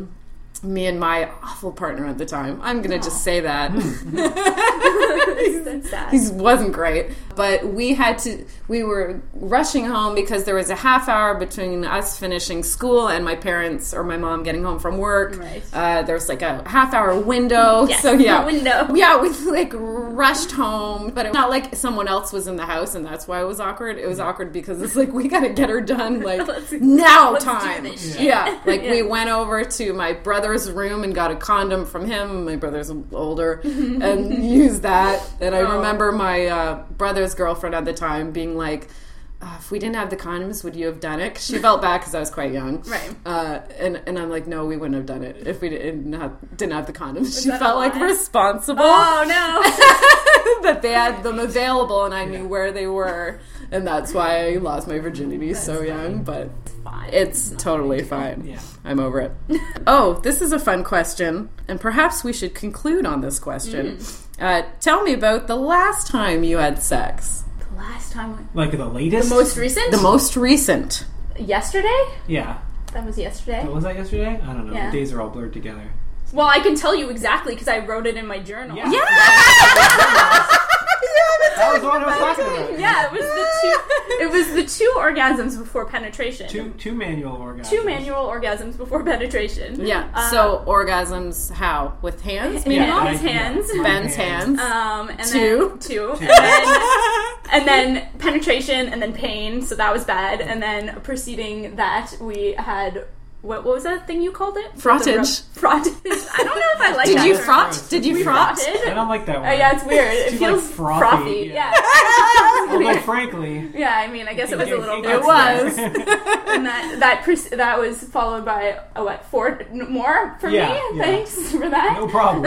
Speaker 1: me and my awful partner at the time. I'm gonna just say that.
Speaker 2: That's sad.
Speaker 1: He wasn't great, but we had to. We were rushing home because there was a half hour between us finishing school and my parents or my mom getting home from work.
Speaker 2: Right.
Speaker 1: Uh, there was like a half hour window.
Speaker 2: Yes,
Speaker 1: so yeah,
Speaker 2: a window.
Speaker 1: Yeah, we like rushed home, but it not like someone else was in the house, and that's why it was awkward. It was awkward because it's like we gotta get her done like
Speaker 2: Let's-
Speaker 1: now
Speaker 2: let's do
Speaker 1: time.
Speaker 2: this
Speaker 1: Yeah.
Speaker 2: shit.
Speaker 1: like we
Speaker 2: Yeah.
Speaker 1: went over to my brother's room and got a condom from him. My brother's older and used that. And I
Speaker 2: Oh.
Speaker 1: remember my uh, brother's girlfriend at the time being like, uh, "If we didn't have the condoms, would you have done it?" 'Cause she felt bad because I was quite young,
Speaker 2: Right.
Speaker 1: Uh, and and I'm like, "No, we wouldn't have done it if we didn't have, didn't have the condoms." she
Speaker 2: that a
Speaker 1: felt like
Speaker 2: lie?
Speaker 1: responsible
Speaker 2: oh no!
Speaker 1: that they had them available, and I knew where they were, and that's why I lost my virginity so young. But
Speaker 2: Fine.
Speaker 1: it's totally fine.
Speaker 4: Yeah.
Speaker 1: I'm over it. oh, this is a fun question, and perhaps we should conclude on this question.
Speaker 2: Mm.
Speaker 1: Uh, tell me about the last time you had sex.
Speaker 2: The last time,
Speaker 4: Like the latest.
Speaker 2: we- most recent,
Speaker 1: The most recent.
Speaker 2: yesterday.
Speaker 4: yeah.
Speaker 2: That was yesterday.
Speaker 4: What was that yesterday? I don't know.
Speaker 2: Yeah.
Speaker 4: The days are all blurred together.
Speaker 2: Well, I can tell you exactly because I wrote it in my journal.
Speaker 4: Yeah.
Speaker 1: yeah,
Speaker 4: That was what I was talking about.
Speaker 2: Yeah, it was the two. It was the two orgasms before penetration.
Speaker 4: Two two manual orgasms.
Speaker 2: Two manual orgasms before penetration. Uh,
Speaker 1: so orgasms, how? With hands, maybe?
Speaker 2: Yeah.
Speaker 4: I-
Speaker 2: Ben's hands. Uh,
Speaker 4: my
Speaker 1: Ben's hands.
Speaker 2: Um, and
Speaker 1: Two.
Speaker 2: then two, And, then, and then penetration, and then pain. So that was bad. And then preceding that, we had what, what was that thing you called it?
Speaker 1: Frottage.
Speaker 2: The ro- Frottage. I don't know if I like
Speaker 1: Did
Speaker 2: that.
Speaker 1: you
Speaker 2: term.
Speaker 1: frot? Did you
Speaker 4: We
Speaker 1: frot?
Speaker 4: I
Speaker 2: Frottage.
Speaker 4: don't like that
Speaker 2: Oh
Speaker 4: word.
Speaker 2: yeah, it's weird. It
Speaker 4: too,
Speaker 2: feels
Speaker 4: like,
Speaker 2: frothy.
Speaker 4: frothy.
Speaker 2: Yeah.
Speaker 4: Yeah. Although, frankly,
Speaker 2: yeah, I mean, I guess it was a little.
Speaker 1: It
Speaker 2: gross.
Speaker 1: was.
Speaker 2: and that that pre- that was followed by uh, what four n- more for
Speaker 4: Yeah,
Speaker 2: me.
Speaker 4: yeah.
Speaker 2: Thanks for that.
Speaker 4: no problem.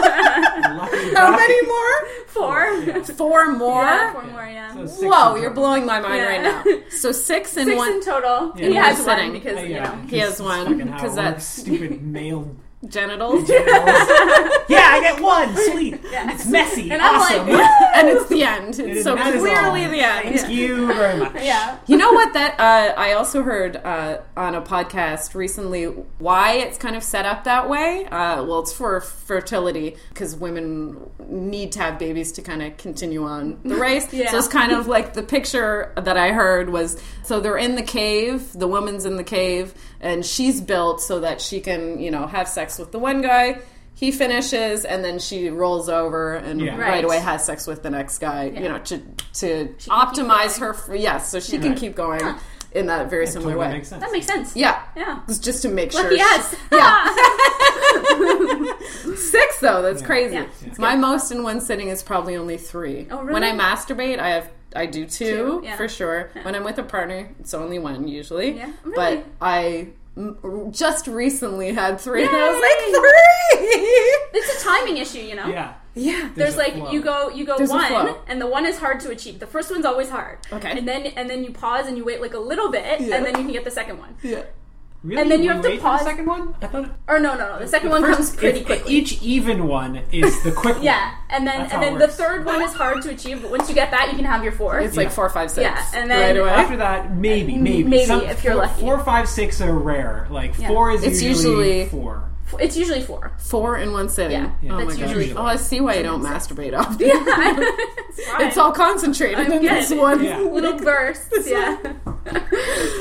Speaker 4: Lucky
Speaker 1: How
Speaker 4: guy.
Speaker 1: many more?
Speaker 2: Four. Yeah,
Speaker 1: Four more?
Speaker 2: four more. Yeah.
Speaker 4: So six
Speaker 1: Whoa,
Speaker 4: in
Speaker 1: you're
Speaker 4: total.
Speaker 1: blowing my mind
Speaker 2: Yeah.
Speaker 1: right now. So six in
Speaker 2: Six
Speaker 1: one.
Speaker 2: in total.
Speaker 4: Yeah.
Speaker 2: He has
Speaker 1: Sitting.
Speaker 2: one because
Speaker 4: Oh,
Speaker 2: you
Speaker 4: yeah.
Speaker 2: know.
Speaker 1: He has
Speaker 4: That's
Speaker 1: one,
Speaker 4: fucking how
Speaker 1: 'cause
Speaker 4: it
Speaker 1: that's-
Speaker 4: works. stupid male
Speaker 1: genitals.
Speaker 4: yeah, I get one. Sweet. It's messy.
Speaker 2: And I'm
Speaker 4: awesome.
Speaker 2: like,
Speaker 1: and it's the end. It's
Speaker 4: is-
Speaker 1: so
Speaker 4: that is
Speaker 1: clearly
Speaker 4: all.
Speaker 1: the end.
Speaker 4: Thank you very much.
Speaker 2: yeah.
Speaker 1: You know what? That uh, I also heard uh, on a podcast recently why it's kind of set up that way. Uh, well, it's for fertility because women need to have babies to kind of continue on the race.
Speaker 2: Yeah.
Speaker 1: So it's kind of like the picture that I heard was so they're in the cave, the woman's in the cave, and she's built so that she can you know have sex with the one guy. he finishes and then she rolls over and
Speaker 4: Yeah.
Speaker 1: right.
Speaker 2: Right.
Speaker 1: away has sex with the next guy you
Speaker 2: Yeah.
Speaker 1: know to to
Speaker 2: She can keep
Speaker 1: optimize her
Speaker 2: going.
Speaker 1: f- yes so she can
Speaker 4: Right.
Speaker 1: keep going in that very similar
Speaker 4: totally
Speaker 1: way
Speaker 4: makes sense.
Speaker 2: That makes sense.
Speaker 1: yeah
Speaker 2: Yeah.
Speaker 1: It's just to make sure
Speaker 2: Lucky us.
Speaker 1: yeah six though that's crazy
Speaker 2: Yeah.
Speaker 1: my most in one sitting is probably only three.
Speaker 2: Oh, really?
Speaker 1: when i masturbate i have i do two,
Speaker 2: Two, yeah.
Speaker 1: for sure when i'm with a partner it's only one usually
Speaker 2: Yeah, really?
Speaker 1: but i mm, just recently had three and i was like
Speaker 2: it's a timing issue, you know.
Speaker 4: yeah.
Speaker 1: three yeah
Speaker 2: There's
Speaker 4: a
Speaker 2: like
Speaker 4: flow.
Speaker 2: you go you go
Speaker 1: There's a
Speaker 2: one
Speaker 1: flow.
Speaker 2: and the one is hard to achieve. The first one's always hard.
Speaker 1: Okay.
Speaker 2: And then and then you pause and you wait like a little bit
Speaker 1: Yeah.
Speaker 2: and then you can get the second one.
Speaker 1: yeah
Speaker 4: Really?
Speaker 2: and then you have to
Speaker 4: wait for the
Speaker 2: pause.
Speaker 4: second one? I thought it-
Speaker 2: Or no no no, the second one
Speaker 4: first-
Speaker 2: comes pretty
Speaker 4: if-
Speaker 2: quickly.
Speaker 4: Each even one is the quick one.
Speaker 2: yeah, and then
Speaker 4: That's
Speaker 2: and
Speaker 4: how it
Speaker 2: then the
Speaker 4: works.
Speaker 2: third one is hard to achieve, but once you get that, you can have your fourth.
Speaker 1: it's like four five six
Speaker 2: Yeah, and then-
Speaker 1: right away
Speaker 4: After that, maybe, maybe,
Speaker 2: maybe, if you're
Speaker 4: four,
Speaker 2: lucky.
Speaker 4: Four, five, six are rare. Like four is
Speaker 1: It's
Speaker 4: usually,
Speaker 1: usually-
Speaker 4: four.
Speaker 2: it's usually four.
Speaker 1: four in one sitting
Speaker 2: Yeah, Yeah.
Speaker 1: oh
Speaker 2: that's
Speaker 1: my gosh
Speaker 2: usually-
Speaker 1: oh i see why you don't masturbate often
Speaker 2: it's fine.
Speaker 1: it's all concentrated in
Speaker 2: get
Speaker 1: this
Speaker 2: it.
Speaker 1: one
Speaker 4: Yeah.
Speaker 2: little bursts. Yeah.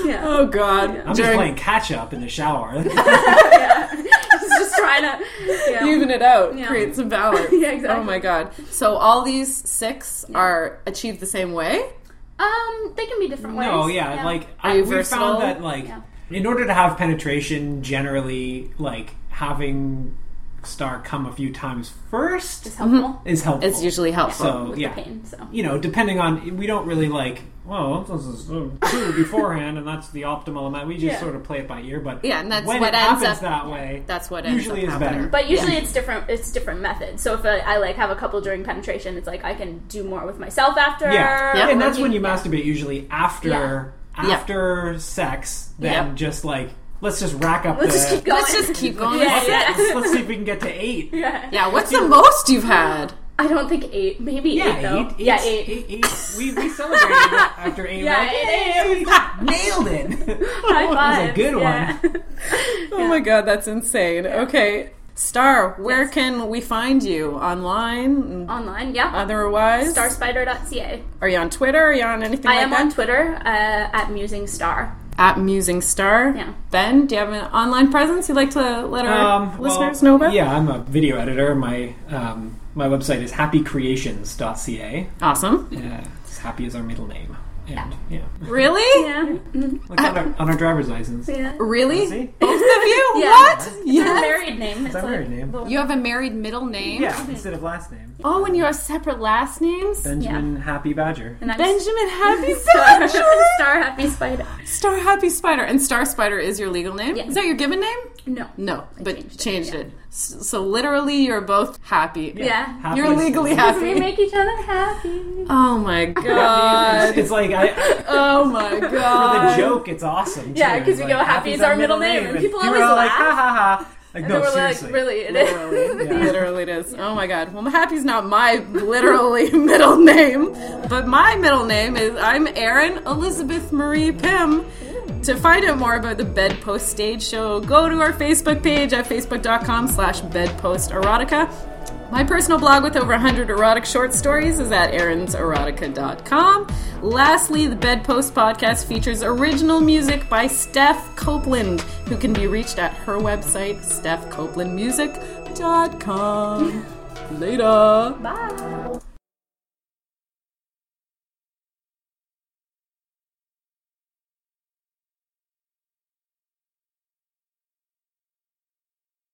Speaker 2: yeah.
Speaker 1: oh god
Speaker 4: I'm just
Speaker 1: During-
Speaker 4: playing catch up in the shower.
Speaker 2: It's just trying to. Yeah.
Speaker 1: even it out,
Speaker 2: Yeah.
Speaker 1: create some balance.
Speaker 2: Yeah, exactly.
Speaker 1: Oh my god! So all these six are achieved the same way.
Speaker 2: um, they can be different ways.
Speaker 4: No, yeah, like I,
Speaker 1: you
Speaker 4: we
Speaker 1: versatile?
Speaker 4: found that like
Speaker 2: Yeah.
Speaker 4: in order to have penetration, generally like having Star come a few times first
Speaker 2: it's helpful.
Speaker 4: is helpful.
Speaker 1: It's usually helpful.
Speaker 4: Oh. so
Speaker 2: with
Speaker 4: mm-hmm. yeah,
Speaker 2: the pain. So
Speaker 4: you know, depending on we don't really like well this is uh, two beforehand and that's the optimal amount. We just
Speaker 2: Yeah.
Speaker 4: sort of play it by ear, but
Speaker 1: Yeah, and that's
Speaker 4: when
Speaker 1: what
Speaker 4: it
Speaker 1: ends
Speaker 4: happens
Speaker 1: up-
Speaker 4: that way.
Speaker 1: That's what ends
Speaker 4: usually
Speaker 1: up
Speaker 4: is
Speaker 1: happening.
Speaker 4: better.
Speaker 2: But usually it's different. It's different methods. So if I, I like have a couple during penetration, it's like I can do more with myself after.
Speaker 4: yeah,
Speaker 1: Yeah.
Speaker 4: and that's
Speaker 2: Or
Speaker 4: when you
Speaker 2: yeah.
Speaker 4: masturbate usually after
Speaker 1: Yeah.
Speaker 4: after sex. Then
Speaker 1: Yeah.
Speaker 4: just like let's just rack up.
Speaker 2: Let's
Speaker 4: the,
Speaker 2: just keep going.
Speaker 1: Let's just keep going.
Speaker 2: Yeah,
Speaker 1: with
Speaker 2: yeah.
Speaker 1: it.
Speaker 4: let's, let's see if we can get to eight.
Speaker 2: Yeah.
Speaker 1: Yeah, what's the most you've had?
Speaker 2: I don't think eight. Maybe eight
Speaker 4: Yeah,
Speaker 2: though.
Speaker 4: eight,
Speaker 2: yeah,
Speaker 4: eight,
Speaker 2: eight.
Speaker 4: eight, eight. We, we celebrated it after eight.
Speaker 2: Yeah,
Speaker 4: like,
Speaker 2: eight,
Speaker 4: "Hey,
Speaker 2: eight,
Speaker 4: we got- nailed it.
Speaker 2: High five.
Speaker 4: a good
Speaker 2: yeah.
Speaker 4: one.
Speaker 1: Oh my god, that's insane. Okay, Star, where
Speaker 2: Yes.
Speaker 1: can we find you online? and
Speaker 2: Online. Yeah.
Speaker 1: Otherwise,
Speaker 2: Starspider.ca.
Speaker 1: are you on Twitter? Are you on anything
Speaker 2: I
Speaker 1: like
Speaker 2: am
Speaker 1: that?
Speaker 2: on Twitter uh, at musing star.
Speaker 1: At Musing Star.
Speaker 2: Yeah.
Speaker 1: Ben, do you have an online presence you'd like to let our
Speaker 4: Um,
Speaker 1: listeners
Speaker 4: well,
Speaker 1: know about?
Speaker 4: Yeah, I'm a video editor. My um, my website is happycreations.ca.
Speaker 1: Awesome.
Speaker 4: Uh, it's happy is our middle name. And, yeah.
Speaker 1: Really?
Speaker 2: Yeah.
Speaker 4: Look on our, on our driver's license.
Speaker 2: Yeah.
Speaker 1: Really?
Speaker 4: See?
Speaker 1: Both of you?
Speaker 2: Yeah.
Speaker 1: What?
Speaker 2: It's a
Speaker 1: Yes.
Speaker 2: married name. It's
Speaker 4: It's our
Speaker 2: like-
Speaker 4: married name.
Speaker 1: You have a married middle name?
Speaker 4: Yeah, instead of last name.
Speaker 1: Oh, and you have separate last names?
Speaker 4: Benjamin Happy Badger.
Speaker 2: and I'm
Speaker 1: Benjamin Happy Spider.
Speaker 2: Star, Star Happy Spider.
Speaker 1: Star Happy Spider. And Star Spider is your legal name?
Speaker 2: Yeah.
Speaker 1: Is that your given name?
Speaker 2: No.
Speaker 1: No, but
Speaker 2: changed it,
Speaker 1: changed
Speaker 2: yeah.
Speaker 1: it. S So literally, you're both happy.
Speaker 2: Yeah.
Speaker 4: Happy
Speaker 1: You're
Speaker 4: is-
Speaker 1: legally
Speaker 2: We
Speaker 1: happy.
Speaker 2: make each other happy.
Speaker 1: Oh my
Speaker 4: It's,
Speaker 1: god.
Speaker 4: it's like I,
Speaker 1: Oh my
Speaker 4: for the
Speaker 1: god.
Speaker 4: joke, it's awesome. too.
Speaker 2: Yeah, 'cause
Speaker 4: It's
Speaker 2: we
Speaker 4: like,
Speaker 2: go, "Happy is our middle name," and people always
Speaker 4: are all like,
Speaker 2: laugh.
Speaker 4: ha ha ha. Like,
Speaker 2: And
Speaker 4: no,
Speaker 2: then we're
Speaker 4: seriously.
Speaker 2: like, really, it is.
Speaker 1: Literally,
Speaker 4: Yeah.
Speaker 1: literally it is. Oh my god. Well, Happy's not my literally middle name, but my middle name is I'm Erin Elizabeth Marie Pym. To find out more about the Bedpost Stage Show, go to our Facebook page at facebook.com slash bedposterotica. My personal blog with over 100 erotic short stories is at aaronserotica.com. Lastly, the Bedpost podcast features original music by Steph Copeland, who can be reached at her website, stephcopelandmusic.com. Later.
Speaker 2: Bye.